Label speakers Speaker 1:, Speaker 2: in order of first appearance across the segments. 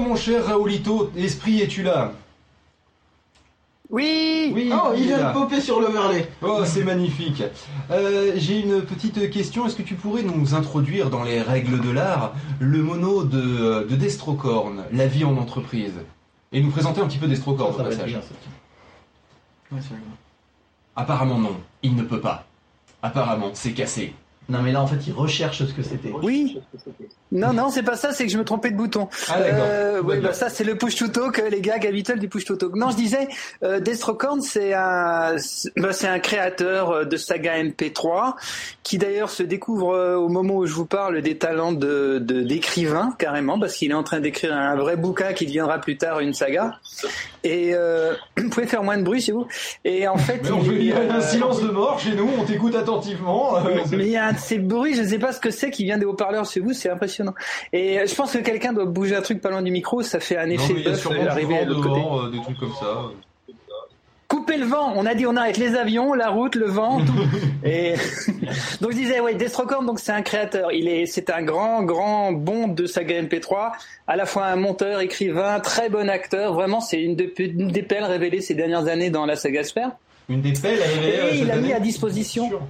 Speaker 1: mon cher Raoulito, l'esprit, es-tu là
Speaker 2: Oui
Speaker 1: Oui,
Speaker 3: Oh, il
Speaker 1: est
Speaker 3: vient
Speaker 1: là.
Speaker 3: de popper sur l'overlay.
Speaker 1: Oh, c'est magnifique. Euh, J'ai une petite question. Est-ce que tu pourrais nous introduire dans les règles de l'art le mono de, de Destrocorn, la vie en entreprise Et nous présenter un petit peu Destrocorn au passage.
Speaker 3: Ouais, c'est vrai.
Speaker 1: Apparemment non, il ne peut pas. Apparemment, c'est cassé.
Speaker 4: Non, mais là, en fait, il recherche ce que c'était.
Speaker 2: Oui Non, non, c'est pas ça, c'est que je me trompais de bouton.
Speaker 1: Ah d'accord.
Speaker 2: Euh,
Speaker 1: Tout
Speaker 2: oui,
Speaker 1: va bien.
Speaker 2: bah, ça c'est le push to talk, euh, les gags habituels du push to talk. Non, je disais, euh, Destrocorn c'est un, c'est bah, c'est un créateur euh, de saga MP3 qui d'ailleurs se découvre euh, au moment où je vous parle des talents de de- d'écrivain carrément parce qu'il est en train d'écrire un vrai bouquin qui deviendra plus tard une saga. Et euh, vous pouvez faire moins de bruit chez vous. Et en fait,
Speaker 1: Mais on
Speaker 2: il-
Speaker 1: fait- il y a
Speaker 2: euh,
Speaker 1: un silence de mort chez nous, on t'écoute attentivement.
Speaker 5: Oh,
Speaker 1: Euh,
Speaker 2: mais il y a un de ces bruits, je ne sais pas ce que c'est qui vient des haut-parleurs chez vous, c'est impressionnant. Et euh, je pense que quelqu'un doit bouger un truc pas loin du micro, ça fait un
Speaker 5: Non,
Speaker 2: effet
Speaker 5: mais il y a
Speaker 2: bœuf,
Speaker 5: sûrement
Speaker 2: euh,
Speaker 5: du
Speaker 2: arrivé à
Speaker 5: vent
Speaker 2: l'autre côté.
Speaker 5: dehors, euh, des trucs comme ça.
Speaker 2: Couper le vent, on a dit on arrête les avions, la route, le vent, tout. Et donc je disais ouais, Destrocorn donc c'est un créateur, il est c'est un grand grand bon de saga MP3, à la fois un monteur, écrivain, très bon acteur, vraiment c'est une, de- une des pelles révélées ces dernières années dans la saga sphère.
Speaker 1: Une des pelles à
Speaker 2: Et
Speaker 1: révéler, euh,
Speaker 2: il
Speaker 1: cette
Speaker 2: a mis
Speaker 1: année.
Speaker 2: à disposition.
Speaker 1: Sûr.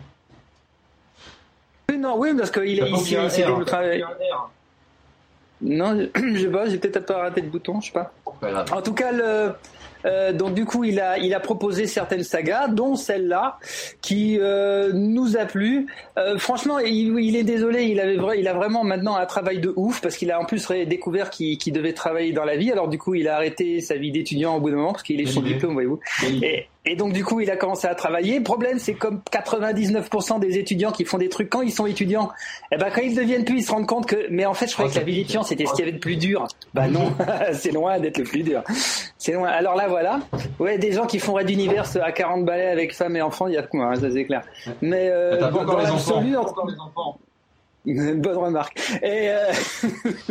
Speaker 2: Oui, Non, oui, parce qu'il
Speaker 1: T'as
Speaker 2: est
Speaker 1: pas oublié
Speaker 2: ici.
Speaker 1: un
Speaker 2: c'est
Speaker 5: hein.
Speaker 1: R.
Speaker 2: le travail. Non, je je sais pas, j'ai peut-être pas raté de bouton, je sais pas.
Speaker 1: Pas grave.
Speaker 2: En tout cas, le, euh, donc du coup, il a, il a proposé certaines sagas, dont celle-là, qui euh, nous a plu. Euh, franchement, il, il est désolé, il, avait, vra- il a vraiment maintenant un travail de ouf, parce qu'il a en plus ré- découvert qu'il qu'il devait travailler dans la vie. Alors du coup, il a arrêté sa vie d'étudiant au bout d'un moment, parce qu'il est
Speaker 1: Quelle
Speaker 2: son
Speaker 1: idée.
Speaker 2: diplôme, voyez-vous. Et, et donc du coup, il a commencé à travailler. Problème, c'est comme 99% des étudiants qui font des trucs quand ils sont étudiants, eh ben quand ils deviennent plus, ils se rendent compte que. Mais en fait, je croyais
Speaker 1: Ah,
Speaker 2: que la
Speaker 1: ça
Speaker 2: vie
Speaker 1: pique.
Speaker 2: d'étudiant c'était ce qu'il y avait de plus dur. Bah non, c'est loin d'être le plus dur. C'est loin. Alors là, voilà. Ouais, des gens qui font Red Universe à 40 balais avec femmes et enfants, il y a de quoi, hein, ça c'est clair. Mais euh,
Speaker 1: Bah, T'as pas
Speaker 2: dans-
Speaker 1: encore
Speaker 2: dans
Speaker 1: les
Speaker 2: l'absolu, en-
Speaker 3: enfants.
Speaker 2: Bonne remarque. Et, euh,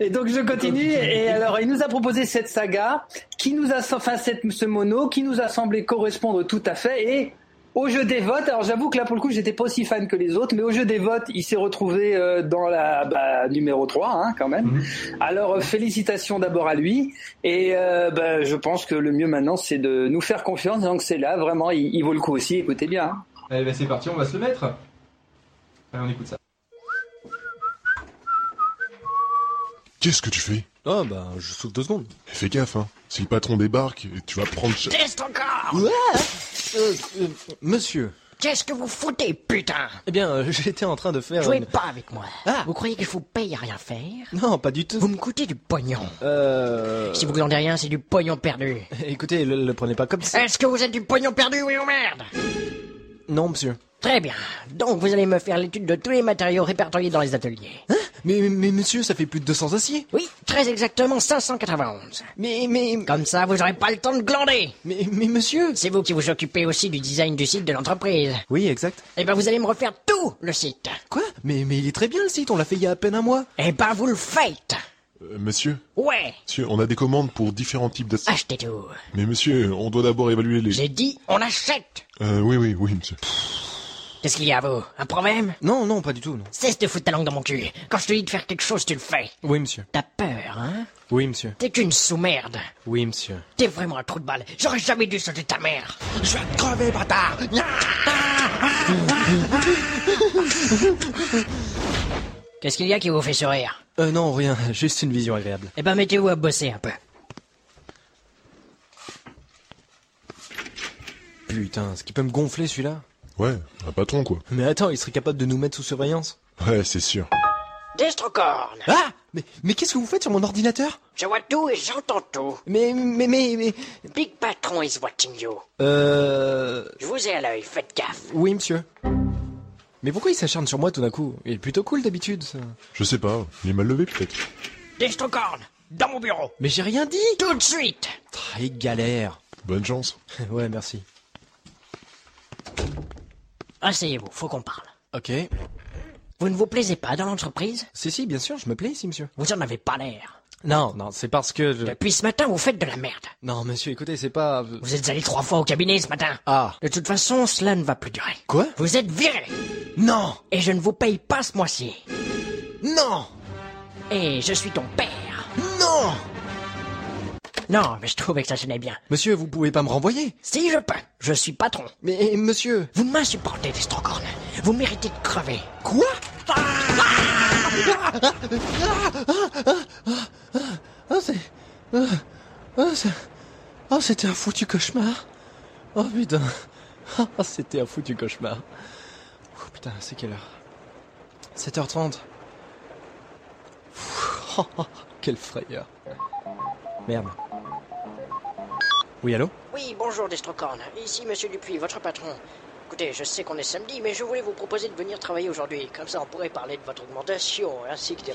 Speaker 2: et donc je continue. Et alors il nous a proposé cette saga qui nous a, enfin cette, ce mono qui nous a semblé correspondre tout à fait. Et au jeu des votes, alors j'avoue que là pour le coup j'étais pas aussi fan que les autres, mais au jeu des votes il s'est retrouvé euh, dans la bah, numéro 3 hein, quand même.
Speaker 1: Mhm.
Speaker 2: Alors euh, félicitations d'abord à lui. Et euh, bah, je pense que le mieux maintenant c'est de nous faire confiance. Donc c'est là vraiment il, il vaut le coup aussi. Écoutez bien. hein.
Speaker 1: Allez, bah, c'est parti, on va se le mettre. Allez, on écoute ça.
Speaker 6: Qu'est-ce que tu fais
Speaker 7: Ah bah, je saute deux secondes.
Speaker 6: Eh, Fais gaffe, hein. Si le patron débarque, tu vas prendre... cha-
Speaker 7: Euh, euh, monsieur.
Speaker 8: Qu'est-ce que vous foutez, putain
Speaker 7: Eh bien, euh, j'étais en train de faire
Speaker 8: Jouez
Speaker 7: une-
Speaker 8: pas avec moi.
Speaker 7: Ah
Speaker 8: Vous croyez que je vous paye à rien faire
Speaker 7: Non, pas du tout.
Speaker 8: Vous me coûtez du pognon.
Speaker 7: Euh...
Speaker 8: Si vous glandez rien, c'est du pognon perdu.
Speaker 7: Écoutez, le, le prenez pas comme ça.
Speaker 8: Est-ce que vous êtes du pognon perdu, oui ou merde
Speaker 7: Non, monsieur.
Speaker 8: Très bien. Donc vous allez me faire l'étude de tous les matériaux répertoriés dans les ateliers.
Speaker 7: Mais, mais, mais monsieur, ça fait plus de 200 aciers.
Speaker 8: Oui, très exactement 591.
Speaker 7: Mais, mais,
Speaker 8: Comme ça, vous aurez pas le temps de glander.
Speaker 7: mais, mais monsieur.
Speaker 8: C'est vous qui vous occupez aussi du design du site de l'entreprise.
Speaker 7: Oui, exact.
Speaker 8: Eh ben, vous allez me refaire tout le site.
Speaker 7: Quoi Mais, mais il est très bien le site, on l'a fait il y a à peine un mois.
Speaker 8: Eh ben, vous le faites.
Speaker 6: Euh, monsieur
Speaker 8: Ouais.
Speaker 6: Monsieur, on a des commandes pour différents types d'aciers.
Speaker 8: Achetez tout.
Speaker 6: Mais monsieur, on doit d'abord évaluer les...
Speaker 8: J'ai dit, on achète.
Speaker 6: Euh, oui, oui, oui, monsieur.
Speaker 8: Qu'est-ce qu'il y a, vous Un problème
Speaker 7: Non, non, pas du tout, non.
Speaker 8: Cesse de foutre ta langue dans mon cul. Quand je te dis de faire quelque chose, tu le fais.
Speaker 7: Oui, monsieur.
Speaker 8: T'as peur, hein
Speaker 7: Oui, monsieur.
Speaker 8: T'es qu'une sous-merde.
Speaker 7: Oui, monsieur.
Speaker 8: T'es vraiment un trou de balle. J'aurais jamais dû sauter ta mère. Je vais te crever, bâtard Ah, Qu'est-ce qu'il y a qui vous fait sourire
Speaker 7: Euh, non, rien, juste une vision agréable.
Speaker 8: Eh ben, mettez-vous à bosser un peu.
Speaker 7: Putain, ce qui peut me gonfler, celui-là.
Speaker 6: Ouais, un patron, quoi.
Speaker 7: Mais attends, il serait capable de nous mettre sous surveillance.
Speaker 6: Ouais, c'est sûr.
Speaker 8: Destrocorn,
Speaker 7: Ah Mais, mais qu'est-ce que vous faites sur mon ordinateur
Speaker 8: je vois tout et j'entends tout.
Speaker 7: Mais, mais, mais, mais...
Speaker 8: Big Patron is watching you.
Speaker 7: Euh...
Speaker 8: Je vous ai à l'œil, faites gaffe.
Speaker 7: Oui, monsieur. Mais pourquoi il s'acharne sur moi tout d'un coup Il est plutôt cool d'habitude, ça.
Speaker 6: Je sais pas, il est mal levé, peut-être.
Speaker 8: Destrocorn, dans mon bureau.
Speaker 7: Mais j'ai rien dit
Speaker 8: Tout de suite
Speaker 7: Ah, il galère.
Speaker 6: Bonne chance.
Speaker 7: ouais, merci.
Speaker 8: Asseyez-vous, faut qu'on parle.
Speaker 7: Ok.
Speaker 8: Vous ne vous plaisez pas dans l'entreprise
Speaker 7: Si, si, bien sûr, je me plais ici, monsieur.
Speaker 8: Vous en avez pas l'air.
Speaker 7: Non, non, c'est parce que je...
Speaker 8: Depuis ce matin, vous faites de la merde.
Speaker 7: Non, monsieur, écoutez, c'est pas... euh,
Speaker 8: Vous êtes allé trois fois au cabinet ce matin. Oh.
Speaker 7: Ah.
Speaker 8: De toute façon, cela ne va plus durer.
Speaker 7: Quoi
Speaker 8: Vous êtes viré
Speaker 7: Non
Speaker 8: et je ne vous paye pas ce mois-ci.
Speaker 7: Non
Speaker 8: Et je suis ton père.
Speaker 7: Non
Speaker 8: Non, mais je trouvais que ça sonnait bien.
Speaker 7: Monsieur, vous pouvez pas me renvoyer
Speaker 8: Si je peux, je suis patron.
Speaker 7: Mais eh, monsieur
Speaker 8: Vous m'insupportez, Destrocorn. Vous méritez de crever.
Speaker 7: Quoi
Speaker 4: Ah, c'est. Ah, ah, c'est- ah, c'était un foutu cauchemar. Oh putain. Ah, c'était un foutu cauchemar. Oh putain, c'est quelle heure 7h30. Ouh, oh, oh, quelle frayeur. Merde.
Speaker 7: Oui, allô
Speaker 8: Oui, bonjour, Destrocorn. Ici Monsieur Dupuis, votre patron. Écoutez, je sais qu'on est samedi, mais je voulais vous proposer de venir travailler aujourd'hui. Comme ça, on pourrait parler de votre augmentation, ainsi que des...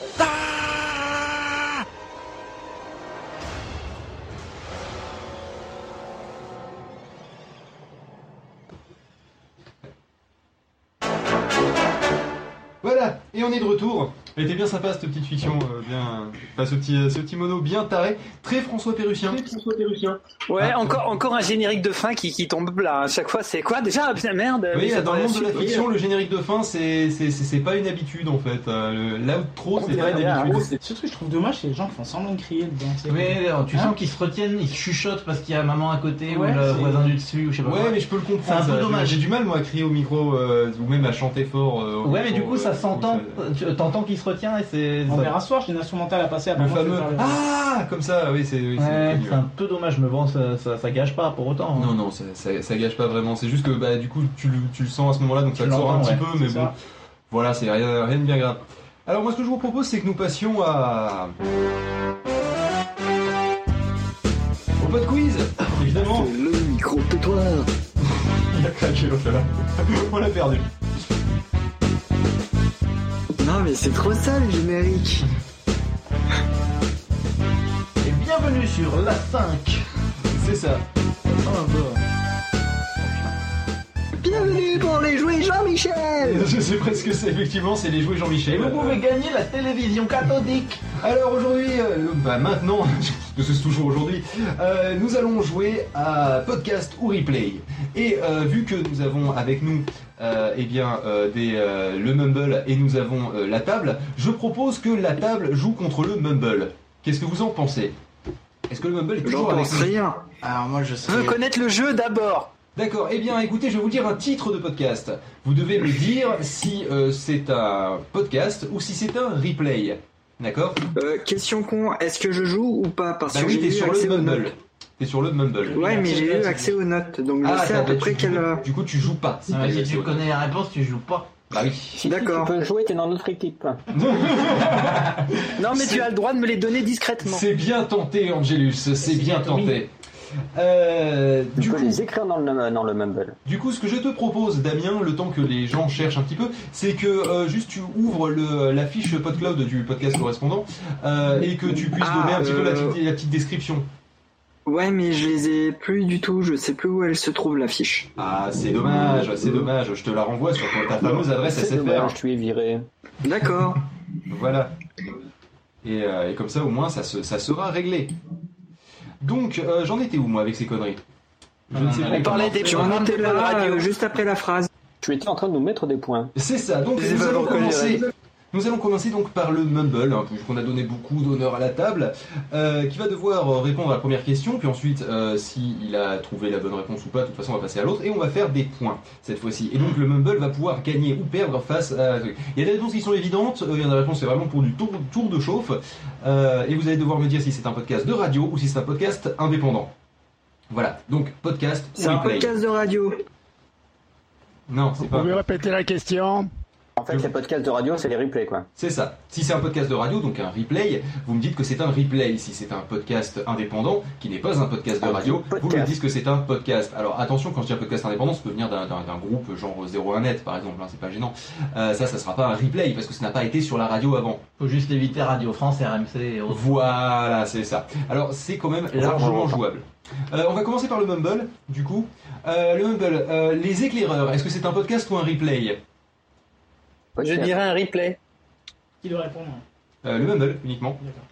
Speaker 1: Voilà, et on est de retour. Elle était bien sympa cette petite fiction, euh, bien, enfin ce petit, euh, ce petit mono bien taré, très François Perruchien.
Speaker 2: Ouais,
Speaker 1: Ah.
Speaker 2: encore, encore un générique de fin qui, qui tombe là. À chaque fois, c'est quoi déjà Ah, putain,
Speaker 4: Euh,
Speaker 2: Merde.
Speaker 1: Oui,
Speaker 2: ça
Speaker 1: dans le monde de
Speaker 2: suite,
Speaker 1: la
Speaker 2: oui.
Speaker 1: fiction, le générique de fin, c'est c'est- c'est- c'est pas une habitude en fait. Euh, le- L'outro,
Speaker 3: On
Speaker 1: c'est pas
Speaker 3: dirait
Speaker 1: une
Speaker 3: des
Speaker 1: habitude.
Speaker 3: haros. C'est ce que je trouve dommage, c'est les gens qui font semblant de crier dedans. c'est-
Speaker 4: Mais alors, tu
Speaker 3: Hein
Speaker 4: sens qu'ils se retiennent, ils se chuchotent parce qu'il y a maman à côté
Speaker 3: Ouais,
Speaker 4: ou le
Speaker 3: c'est-
Speaker 4: voisin du dessus ou je sais pas
Speaker 1: Ouais,
Speaker 4: quoi.
Speaker 1: mais je peux le comprendre.
Speaker 4: hein. C'est un peu
Speaker 1: ça.
Speaker 4: dommage.
Speaker 1: J'ai du mal moi à crier au micro euh, ou même à chanter fort. euh, au
Speaker 4: Ouais, mais
Speaker 1: micro,
Speaker 4: du coup,
Speaker 1: euh,
Speaker 4: ça s'entend, tu- t'entends qu'il se retient et c'est.
Speaker 3: On
Speaker 4: ça-
Speaker 3: verra ce soir, j'ai une instrumentale à passer
Speaker 1: Le
Speaker 3: avant de
Speaker 1: fameux
Speaker 3: faire le-
Speaker 1: ah comme ça, oui, c'est. oui, c'est
Speaker 4: Ouais,
Speaker 1: connu,
Speaker 4: c'est un peu dommage, mais bon, ça, ça, ça gâche pas pour autant. hein.
Speaker 1: Non, non, ça, ça, ça gâche pas vraiment. C'est juste que bah, du coup, tu, le- tu le sens à ce moment-là, donc ça
Speaker 4: Tu
Speaker 1: te sort un
Speaker 4: l'entends,
Speaker 1: petit
Speaker 4: ouais,
Speaker 1: peu, mais
Speaker 3: c'est
Speaker 1: bon,
Speaker 3: ça.
Speaker 1: voilà, c'est rien, rien de bien grave. Alors, moi, ce que je vous propose, c'est que nous passions à. Au pot de quiz Évidemment
Speaker 2: Le micro pétoire.
Speaker 1: Il a craqué l'autre là. On l'a perdu.
Speaker 2: Non, mais c'est trop ça le générique.
Speaker 4: Et bienvenue sur E. la 5.
Speaker 1: C'est ça.
Speaker 4: Oh,
Speaker 2: Bienvenue pour les jouets Jean-Michel.
Speaker 1: Je sais presque c'est, effectivement, c'est les jouets
Speaker 4: Et
Speaker 1: Jean-Michel.
Speaker 4: vous pouvez gagner la télévision cathodique.
Speaker 1: Alors aujourd'hui, euh, bah maintenant, parce que c'est toujours aujourd'hui, euh, nous allons jouer à podcast ou replay. Et euh, vu que nous avons avec nous euh, eh bien, euh, des, euh, le mumble et nous avons euh, la table, je propose que la table joue contre le mumble. Qu'est-ce que vous en pensez Est-ce que le mumble est
Speaker 2: J'en
Speaker 1: toujours avec
Speaker 2: pense
Speaker 1: nous
Speaker 2: rien.
Speaker 3: Alors moi je
Speaker 2: Je veux
Speaker 3: serais.
Speaker 2: connaître le jeu d'abord.
Speaker 1: D'accord, eh bien écoutez, je vais vous dire un titre de podcast. Vous devez me dire si euh, c'est un podcast ou si c'est un replay. D'accord
Speaker 5: Euh, question con, est-ce que je joue ou pas Parce
Speaker 1: Bah
Speaker 5: que
Speaker 1: oui,
Speaker 5: j'ai
Speaker 1: t'es
Speaker 5: eu
Speaker 1: sur le
Speaker 5: accès aux
Speaker 1: mumble.
Speaker 5: notes.
Speaker 1: T'es sur le mumble.
Speaker 5: Ouais, mais j'ai eu accès aux notes, donc je sais à
Speaker 1: t'as-
Speaker 5: peu
Speaker 1: bah,
Speaker 5: près
Speaker 1: tu-
Speaker 5: quelle. euh,
Speaker 1: Du coup, tu joues pas. si
Speaker 4: Ah,
Speaker 1: t'as
Speaker 4: si
Speaker 1: eu accès
Speaker 4: tu
Speaker 1: aux notes.
Speaker 4: connais la réponse, tu joues pas.
Speaker 1: Bah oui.
Speaker 5: D'accord.
Speaker 9: Tu peux jouer, t'es dans notre équipe.
Speaker 2: Non, mais tu as le droit de me les donner discrètement.
Speaker 1: C'est bien tenté, Angelus. C'est bien tenté. Euh,
Speaker 9: Tu
Speaker 1: du,
Speaker 9: peux
Speaker 1: coup,
Speaker 9: les écrire dans le, dans le Mumble.
Speaker 1: du coup, ce que je te propose, Damien, le temps que les gens cherchent un petit peu, c'est que euh, juste tu ouvres le, la fiche PodCloud du podcast correspondant euh, et que tu puisses
Speaker 5: Ah,
Speaker 1: donner un petit peu la
Speaker 5: euh,
Speaker 1: petite, la petite description.
Speaker 5: Ouais, mais je les ai plus du tout, je sais plus où elle se trouve la fiche.
Speaker 1: Ah, c'est dommage, c'est dommage. Je te la renvoie sur ta fameuse adresse
Speaker 9: C'est
Speaker 1: SFR.
Speaker 9: dommage, tu es viré.
Speaker 5: D'accord.
Speaker 1: Voilà. Et, euh, et comme ça, au moins, ça, se- ça sera réglé. Donc, euh, j'en étais où, moi, avec ces conneries Je ne sais
Speaker 2: On
Speaker 1: plus.
Speaker 2: parlait des
Speaker 5: Tu en
Speaker 2: programmes de
Speaker 5: étais
Speaker 2: bonne
Speaker 5: là,
Speaker 2: radio.
Speaker 5: euh, juste après la phrase.
Speaker 9: Tu étais en train de nous mettre des points.
Speaker 1: C'est ça. Donc,
Speaker 2: Je les ai
Speaker 1: nous
Speaker 2: pas
Speaker 1: allons,
Speaker 2: encore
Speaker 1: commencer, nous allons commencer donc par le mumble, hein, puisqu'on a donné beaucoup d'honneur à la table, euh, qui va devoir euh, répondre à la première question, puis ensuite, euh, s'il a trouvé la bonne réponse ou pas, de toute façon, on va passer à l'autre, et on va faire des points, cette fois-ci. Et donc, le mumble va pouvoir gagner ou perdre face à... Il y a des réponses qui sont évidentes, euh, il y en a des réponses, c'est vraiment pour du tour, tour de chauffe, Euh, et vous allez devoir me dire si c'est un podcast de radio ou si c'est un podcast indépendant. Voilà, donc podcast ou
Speaker 5: C'est un
Speaker 1: replay.
Speaker 5: podcast de radio.
Speaker 1: Non, c'est pas.
Speaker 10: répéter la question
Speaker 9: En fait, les podcasts de radio, c'est les replays, quoi.
Speaker 1: C'est ça. Si c'est un podcast de radio, donc un replay, vous me dites que c'est un replay. Si c'est un podcast indépendant, qui n'est pas un podcast de
Speaker 9: Un
Speaker 1: radio, vous me
Speaker 9: podcast.
Speaker 1: dites que c'est un podcast. Alors attention, quand je dis un podcast indépendant, ça peut venir d'un- d'un d'un groupe genre 01net, par exemple, hein, c'est pas gênant. Euh, ça, ça sera pas un replay, parce que ça n'a pas été sur la radio avant.
Speaker 4: Faut juste éviter Radio France, RMC et autres.
Speaker 1: Voilà, c'est ça. Alors c'est quand même largement jouable. Euh, on va commencer par le Mumble, du coup. Euh, le Mumble, euh, les éclaireurs, est-ce que c'est un podcast ou un replay
Speaker 2: Je dirais un replay.
Speaker 3: Qui doit répondre hein.
Speaker 1: Euh, Le Mumble, uniquement.
Speaker 3: D'accord.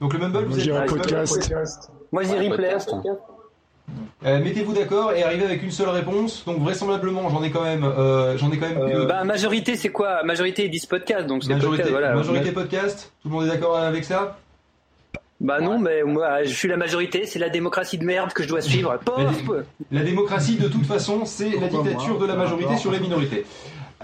Speaker 1: Donc le Mumble, vous
Speaker 10: Je dirais
Speaker 1: êtes...
Speaker 10: podcast.
Speaker 2: Moi, j'ai replay.
Speaker 9: podcast.
Speaker 1: Euh, Mettez-vous d'accord et arrivez avec une seule réponse. Donc vraisemblablement, j'en ai quand même, euh, j'en ai quand même. deux.
Speaker 2: Bah, majorité, c'est quoi Majorité, ils disent podcast, donc c'est
Speaker 1: majorité,
Speaker 2: podcast, voilà.
Speaker 1: majorité podcast. Tout le monde est d'accord avec ça
Speaker 2: Bah non, mais moi, je suis la majorité, c'est la démocratie de merde que je dois suivre. Pauvre
Speaker 1: La démocratie, de toute façon, c'est la
Speaker 9: Pourquoi
Speaker 1: dictature
Speaker 9: moi
Speaker 1: de la majorité
Speaker 9: D'accord.
Speaker 1: sur les minorités.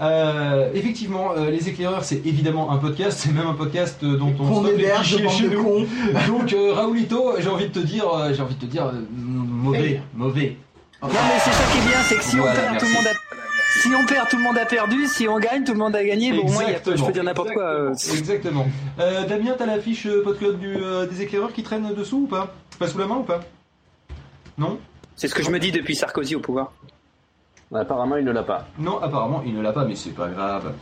Speaker 1: Euh, effectivement, euh, les éclaireurs, c'est évidemment un podcast, c'est même un podcast euh, dont on
Speaker 11: Qu'on
Speaker 1: stocke les
Speaker 11: héberge,
Speaker 1: fichiers
Speaker 11: bande
Speaker 1: chez
Speaker 11: de
Speaker 1: nous.
Speaker 11: cons.
Speaker 1: Donc euh, Raoulito, j'ai envie de te dire, euh, j'ai envie de te dire, euh, m- mauvais, mauvais.
Speaker 2: Non mais c'est ça qui est bien, c'est que si
Speaker 1: Voilà,
Speaker 2: on perd, tout le
Speaker 1: merci.
Speaker 2: monde a... si on perd, tout le monde a perdu. Si on gagne, tout le monde a gagné. Bon, au moins, il y a- je peux dire n'importe quoi. euh,
Speaker 1: Exactement. Exactement. Euh, Damien, t'as la fiche euh, PodClub du, euh, des éclaireurs qui traîne dessous ou pas Pas sous la main ou pas Non
Speaker 2: C'est ce que je me dis depuis Sarkozy au pouvoir.
Speaker 9: Bah, Apparemment, il ne l'a pas.
Speaker 1: Non, apparemment, il ne l'a pas, mais c'est pas grave.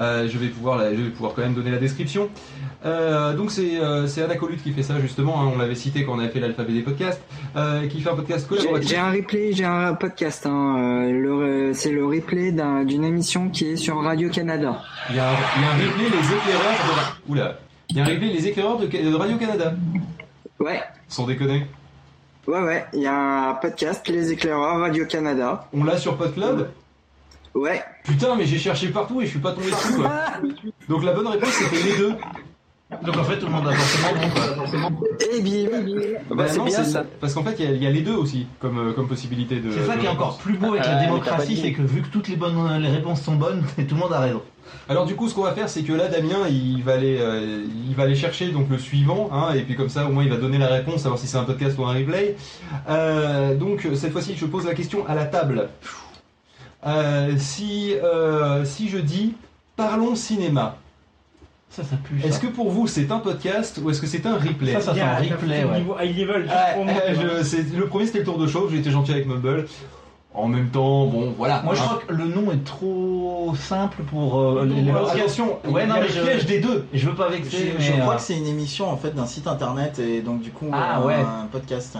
Speaker 1: Euh, je, vais pouvoir la- je vais pouvoir quand même donner la description. Euh, donc, c'est euh, c'est Anacolute qui fait ça, justement. hein, on l'avait cité quand on avait fait l'alphabet des podcasts. euh, qui fait un podcast
Speaker 5: J'ai-
Speaker 1: collaboratif.
Speaker 5: J'ai un replay, j'ai un podcast. hein, euh, le- C'est le replay d'un- d'une émission qui est sur Radio Canada.
Speaker 1: Il y a, il y a un replay, les éclaireurs de... Oula. Il y a un replay, les éclaireurs de, de Radio-Canada.
Speaker 5: Ouais.
Speaker 1: Sans déconner.
Speaker 5: Ouais, ouais. Il y a un podcast, Les Éclaireurs Radio Canada.
Speaker 1: On l'a sur PodClub
Speaker 5: Ouais.
Speaker 1: Putain, mais j'ai cherché partout et je suis pas tombé dessus, quoi. Donc, la bonne réponse, c'était les deux.
Speaker 12: Donc en fait, tout le monde a forcément bon, quoi.
Speaker 5: Eh bien, eh bien.
Speaker 1: Bah
Speaker 12: Ah c'est
Speaker 1: non,
Speaker 12: bien,
Speaker 1: c'est-
Speaker 12: ça.
Speaker 1: Parce qu'en fait, il y a- il y, a les deux aussi comme, euh, comme possibilité de.
Speaker 12: C'est ça
Speaker 1: de
Speaker 12: qui est
Speaker 1: réponse.
Speaker 12: encore plus beau avec la démocratie, c'est que vu que toutes les bonnes les réponses sont bonnes, tout le monde a raison.
Speaker 1: Alors du coup, ce qu'on va faire, c'est que là, Damien, il va aller, euh, il va aller chercher donc le suivant, hein, et puis comme ça, au moins, il va donner la réponse, savoir si c'est un podcast ou un replay. Euh, donc cette fois-ci, je pose la question à la table. Euh, si, euh, si je dis parlons cinéma,
Speaker 12: Ça, ça pue.
Speaker 1: est-ce que pour vous c'est un podcast ou est-ce que c'est un replay
Speaker 12: Ça, ça fait un
Speaker 1: Bien,
Speaker 12: replay,
Speaker 1: t'as
Speaker 12: ouais.
Speaker 1: fait du
Speaker 3: High level, juste
Speaker 1: Ouais,
Speaker 3: pour moi,
Speaker 1: euh,
Speaker 3: tu vois.
Speaker 1: je- c'est- le premier c'était le tour de chauve, j'ai été gentil avec Mumble. En même temps, bon voilà.
Speaker 12: Moi, je
Speaker 1: Hein.
Speaker 12: crois que le nom est trop simple pour euh, les, les-
Speaker 1: Alors, attention,
Speaker 12: Ouais,
Speaker 1: il
Speaker 12: non,
Speaker 1: y a
Speaker 12: mais
Speaker 1: le
Speaker 12: je...
Speaker 1: piège des deux.
Speaker 12: Je veux pas
Speaker 11: Je,
Speaker 12: vexer, mais
Speaker 11: je crois
Speaker 12: euh,
Speaker 11: que c'est une émission en fait d'un site internet et donc du coup
Speaker 12: Ah,
Speaker 11: un,
Speaker 12: ouais.
Speaker 11: un podcast.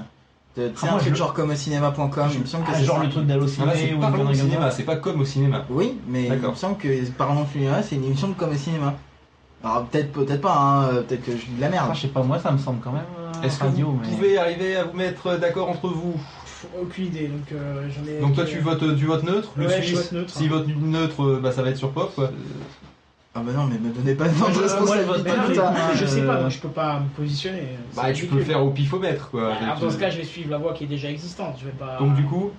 Speaker 11: C'est
Speaker 12: Ah,
Speaker 11: un
Speaker 12: moi,
Speaker 11: truc
Speaker 12: je-
Speaker 11: genre comme au cinéma.com, il me semble que
Speaker 12: Ah,
Speaker 11: c'est
Speaker 12: genre
Speaker 11: ça.
Speaker 12: le truc d'Allociné
Speaker 1: Ah, là, c'est
Speaker 12: ou une
Speaker 1: parlons
Speaker 12: connerie comme
Speaker 1: cinéma,
Speaker 12: ça.
Speaker 1: c'est pas comme au cinéma.
Speaker 11: Oui, mais il me semble que Parlons Cinéma, c'est une émission de comme au cinéma. Alors peut-être peut-être pas, hein, euh, peut-être que je dis de la merde.
Speaker 12: Ah, je sais pas, moi ça me semble quand même. euh,
Speaker 1: Est-ce que
Speaker 12: radio,
Speaker 1: vous
Speaker 12: mais-
Speaker 1: pouvez arriver à vous mettre d'accord entre vous
Speaker 3: Aucune idée, donc euh, j'en ai.
Speaker 1: Donc toi tu votes euh, tu votes neutre, le
Speaker 3: Ouais, je
Speaker 1: Suisse.
Speaker 3: vote neutre.
Speaker 1: S'il vote neutre, euh, bah ça va être sur pop. quoi.
Speaker 11: Ah bah non, mais me donnez pas de temps de
Speaker 1: Euh,
Speaker 3: Moi, je- moi, je vote
Speaker 11: responsabilité.
Speaker 3: pas, mais
Speaker 11: putain.
Speaker 3: Je sais pas,
Speaker 12: euh,
Speaker 3: donc je peux pas me positionner.
Speaker 1: Bah
Speaker 3: C'est
Speaker 1: tu peux
Speaker 3: ridicule.
Speaker 1: faire au pifomètre quoi.
Speaker 3: Bah, alors,
Speaker 1: Tu-
Speaker 3: dans ce cas, je vais suivre la voie qui est déjà existante. Je vais pas.
Speaker 1: Donc
Speaker 12: euh,
Speaker 1: du coup,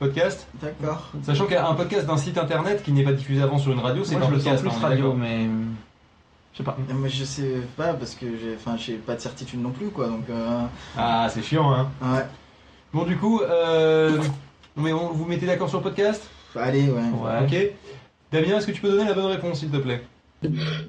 Speaker 1: podcast
Speaker 11: D'accord.
Speaker 1: Sachant qu'un podcast d'un site internet qui n'est pas diffusé avant sur une radio, c'est
Speaker 12: Moi,
Speaker 1: un
Speaker 12: je le sens
Speaker 1: podcast.
Speaker 12: plus
Speaker 1: hein, on est
Speaker 12: radio,
Speaker 1: d'accord.
Speaker 12: mais. euh, Je sais pas.
Speaker 11: Non, Mais Euh, je sais pas parce que j'ai enfin j'ai pas de certitude non plus quoi donc euh,
Speaker 1: Ah c'est chiant hein.
Speaker 11: ouais.
Speaker 1: Bon du coup, euh, mais on- vous mettez d'accord sur podcast
Speaker 11: Allez ouais.
Speaker 12: Ouais.
Speaker 1: Ok. Damien, est-ce que tu peux donner la bonne réponse s'il te plaît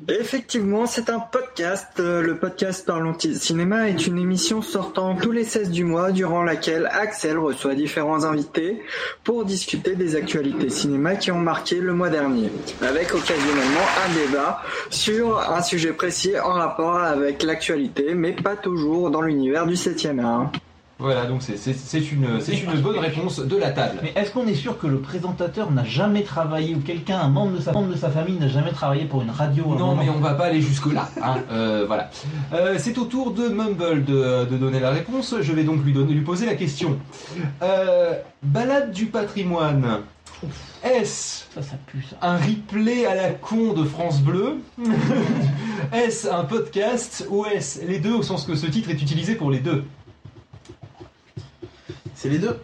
Speaker 5: Effectivement, c'est un podcast. Euh, Le podcast Parlons Ti- Cinéma est une émission sortant tous les 16 du mois durant laquelle Axel reçoit différents invités pour discuter des actualités cinéma qui ont marqué le mois dernier, avec occasionnellement un débat sur un sujet précis en rapport avec l'actualité, mais pas toujours dans l'univers du 7e art.
Speaker 1: Voilà, donc c'est- c'est c'est une, c'est une bonne réponse de la table.
Speaker 12: Mais est-ce qu'on est sûr que le présentateur n'a jamais travaillé ou quelqu'un, un membre de sa, membre de sa famille n'a jamais travaillé pour une radio à un
Speaker 1: Non,
Speaker 12: moment
Speaker 1: mais on va pas aller jusque-là. hein, euh, voilà. Euh, c'est au tour de Mumble de, de donner la réponse. Je vais donc lui, donner, lui poser la question. Euh, balade du patrimoine. Est-ce
Speaker 12: Ça, ça pue ça.
Speaker 1: un replay à la con de France Bleu Est-ce un podcast Ou est-ce les deux au sens que ce titre est utilisé pour les deux
Speaker 11: C'est les deux.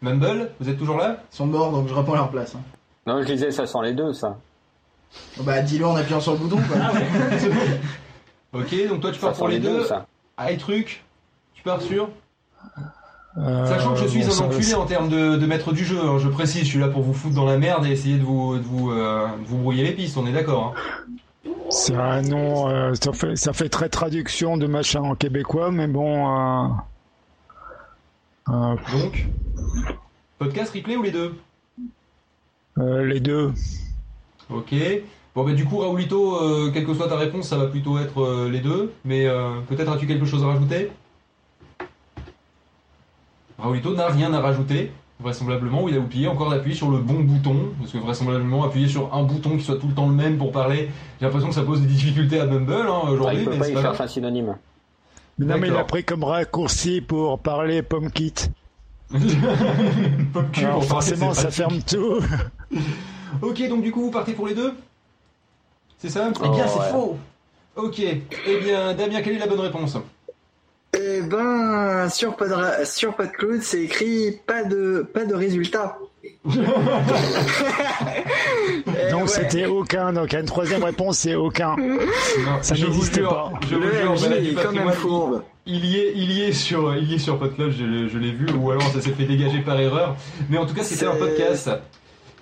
Speaker 1: Mumble, vous êtes toujours là
Speaker 11: Ils sont morts donc je réponds à leur place. hein.
Speaker 9: Non, je disais, ça sent les deux, ça.
Speaker 11: Bah dis-le en appuyant sur le bouton quoi.
Speaker 1: Ah Ok, donc toi tu
Speaker 9: Ça
Speaker 1: pars
Speaker 9: sent
Speaker 1: pour les deux.
Speaker 9: ça.
Speaker 1: Aïe truc, tu pars sur
Speaker 10: Euh,
Speaker 1: Sachant que je suis
Speaker 10: bon,
Speaker 1: un
Speaker 10: ça-
Speaker 1: enculé hein. en termes de, de maître du jeu, hein, je précise, je suis là pour vous foutre dans la merde et essayer de vous, de vous, euh, de vous brouiller les pistes, on est d'accord. hein.
Speaker 10: C'est un nom, euh, ça, fait, ça fait très traduction de machin en québécois, mais bon. euh, euh,
Speaker 1: Donc, podcast, replay ou les deux
Speaker 10: euh, les deux.
Speaker 1: Ok. Bon, bah du coup, Raoulito, euh, quelle que soit ta réponse, ça va plutôt être euh, les deux, mais euh, peut-être as-tu quelque chose à rajouter Raoulito n'a rien à rajouter, vraisemblablement, ou il a oublié encore d'appuyer sur le bon bouton, parce que vraisemblablement, appuyer sur un bouton qui soit tout le temps le même pour parler, j'ai l'impression que ça pose des difficultés à Mumble hein,
Speaker 9: Ah, il
Speaker 1: aujourd'hui,
Speaker 9: peut
Speaker 1: mais
Speaker 9: pas,
Speaker 1: c'est
Speaker 9: il
Speaker 1: pas grave.
Speaker 9: cherche un synonyme.
Speaker 10: Mais non, mais il a
Speaker 1: D'accord.
Speaker 10: pris comme raccourci pour parler pomme kit.
Speaker 1: Pop cul,
Speaker 10: Alors,
Speaker 1: enfin,
Speaker 10: forcément,
Speaker 1: c'est
Speaker 10: ça
Speaker 1: pas-
Speaker 10: ferme tout.
Speaker 1: Ok, donc du coup, vous partez pour les deux C'est ça
Speaker 9: Oh,
Speaker 12: Eh bien, c'est
Speaker 9: ouais.
Speaker 12: faux
Speaker 1: Ok, eh bien, Damien, quelle est la bonne réponse
Speaker 5: Eh ben, sur Podra- sur PodCloud, c'est écrit pas de, pas de résultat. Eh
Speaker 10: Donc c'était aucun. Donc une troisième réponse, c'est aucun. ça
Speaker 1: je vous
Speaker 10: n'existe
Speaker 1: jure,
Speaker 10: pas.
Speaker 1: Je vous jure, Balade du patrimoine, Il, il y est, il y est sur, il y est sur Podcloud, je, l'ai- je l'ai vu, ou alors ça s'est fait dégager par erreur. Mais en tout cas, c'était un
Speaker 5: C'est-
Speaker 1: podcast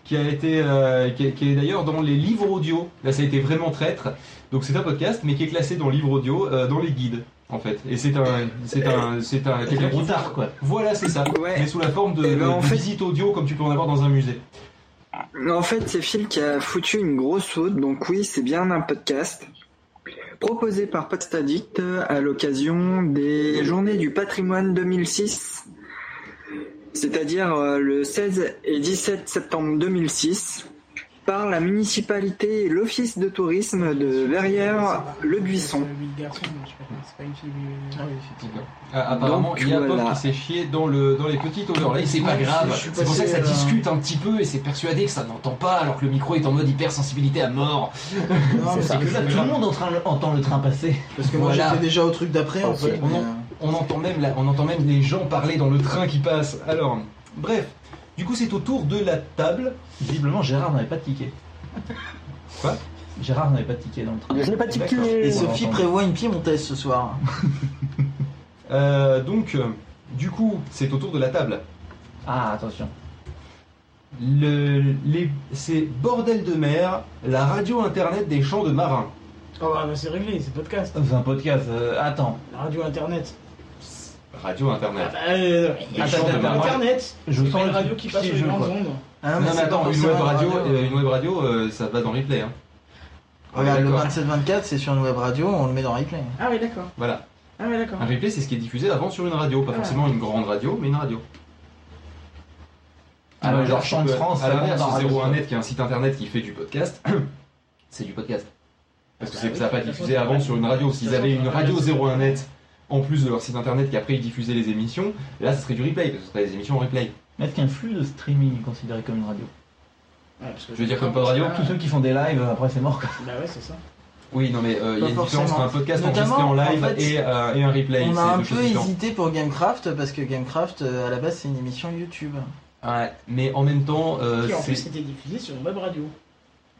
Speaker 1: qui a été, euh, qui, est- qui est d'ailleurs dans les livres audio. Là, ça a été vraiment traître. Donc c'est un podcast, mais qui est classé dans livres audio, euh, dans les guides. En fait, et c'est un, c'est un, c'est un, quelqu'un qui-
Speaker 12: routard, quoi.
Speaker 1: Voilà, c'est ça. Mais sous la forme de,
Speaker 5: Eh ben, en
Speaker 1: de
Speaker 5: fait-
Speaker 1: visite audio, comme tu peux en avoir dans un musée.
Speaker 5: En fait, c'est Phil qui a foutu une grosse faute, donc oui, c'est bien un podcast proposé par Podstadict à l'occasion des Journées du patrimoine 2006, c'est-à-dire euh, le 16 et 17 septembre 2006, par la municipalité et l'Office de tourisme de Verrières-le-Buisson.
Speaker 3: garçon, je sais pas comment, c'est pas une fille. mais-
Speaker 1: Ah, apparemment,
Speaker 5: Donc,
Speaker 1: il y a Pop
Speaker 5: voilà.
Speaker 1: qui s'est chié dans, le, dans les petites overlays, c'est pas
Speaker 5: Ouais,
Speaker 1: grave.
Speaker 5: je suis
Speaker 1: C'est pour ça que
Speaker 5: passé,
Speaker 1: ça
Speaker 5: euh,
Speaker 1: discute un petit peu et c'est persuadé que ça n'entend pas alors que le micro est en mode hypersensibilité à mort.
Speaker 12: Non, mais c'est que là, tout le monde en train- entend le train passer.
Speaker 11: Parce que moi, j'étais déjà au truc d'après, en fait.
Speaker 1: On,
Speaker 11: mais, euh,
Speaker 1: en- on entend même la- on entend même les gens parler dans le train qui passe. Alors, bref, du coup, c'est au tour de la table.
Speaker 12: Visiblement, Gérard n'avait pas de ticket.
Speaker 1: Quoi
Speaker 12: Gérard n'avait pas de ticket dans le train.
Speaker 11: Je n'ai pas de ticket. Et Sophie prévoit une piémontaise ce soir.
Speaker 1: Euh, donc, euh, du coup, c'est au tour de la table.
Speaker 12: Ah, attention.
Speaker 1: Le- les- c'est Bordel de mer, la radio internet des champs de marins.
Speaker 3: Oh, bah, bah, c'est réglé, c'est podcast.
Speaker 12: C'est un podcast. euh, attends.
Speaker 3: La radio internet.
Speaker 1: Radio internet.
Speaker 3: Euh,
Speaker 1: Des
Speaker 3: attends,
Speaker 1: champs de
Speaker 3: attends,
Speaker 1: marins.
Speaker 3: internet,
Speaker 12: je
Speaker 3: c'est pas une radio qui passe sur les grandes ondes.
Speaker 11: Ah,
Speaker 1: non, mais attends, une web radio, euh, une web radio euh, ça va dans replay. Hein.
Speaker 12: Ah,
Speaker 11: Regarde, le
Speaker 1: D'accord.
Speaker 11: 27-24, c'est sur une web radio, on le met dans replay.
Speaker 3: Ah, oui, d'accord.
Speaker 1: Voilà.
Speaker 3: Ah, oui, d'accord.
Speaker 1: Un replay, c'est ce qui est diffusé avant sur une radio. Pas
Speaker 3: Ah.
Speaker 1: forcément une grande radio, mais une radio.
Speaker 12: Ah,
Speaker 1: Alors,
Speaker 12: ouais, genre Chant de France,
Speaker 1: à
Speaker 12: ça
Speaker 1: l'inverse,
Speaker 12: monte dans Radio
Speaker 1: 01
Speaker 12: France.
Speaker 1: net qui est un site internet qui fait du podcast, c'est du podcast. Parce que
Speaker 12: Ah,
Speaker 1: c'est-
Speaker 12: bah
Speaker 1: ça n'a
Speaker 12: oui,
Speaker 1: pas
Speaker 12: de toute
Speaker 1: diffusé
Speaker 12: façon,
Speaker 1: avant
Speaker 12: ouais.
Speaker 1: sur une radio. S'ils
Speaker 12: De toute
Speaker 1: avaient
Speaker 12: façon,
Speaker 1: une
Speaker 12: ouais.
Speaker 1: radio 01 net en plus de leur site internet qui après ils diffusaient les émissions, là ce serait du replay, parce que ce serait des émissions en replay.
Speaker 12: Est-ce qu'un flux de streaming est considéré comme une radio
Speaker 1: Je veux dire comme pas de radio
Speaker 3: Ah.
Speaker 12: Tous ceux qui font des lives, après c'est mort quoi.
Speaker 3: Bah, ouais, c'est ça.
Speaker 1: Oui, non mais euh, il y
Speaker 11: Pas
Speaker 1: a une différence
Speaker 11: forcément.
Speaker 1: entre un podcast
Speaker 11: Notamment,
Speaker 1: enregistré en
Speaker 11: en
Speaker 1: live
Speaker 11: fait,
Speaker 1: et, euh, et un replay.
Speaker 11: on
Speaker 1: c'est
Speaker 11: a un
Speaker 1: deux choses
Speaker 11: peu
Speaker 1: différentes.
Speaker 11: hésité pour Gamecraft parce que Gamecraft euh, à la base c'est une émission YouTube.
Speaker 1: Ouais, Ah, mais en même temps, euh,
Speaker 3: Qui en plus
Speaker 1: c'est.
Speaker 3: c'était diffusé sur une web radio.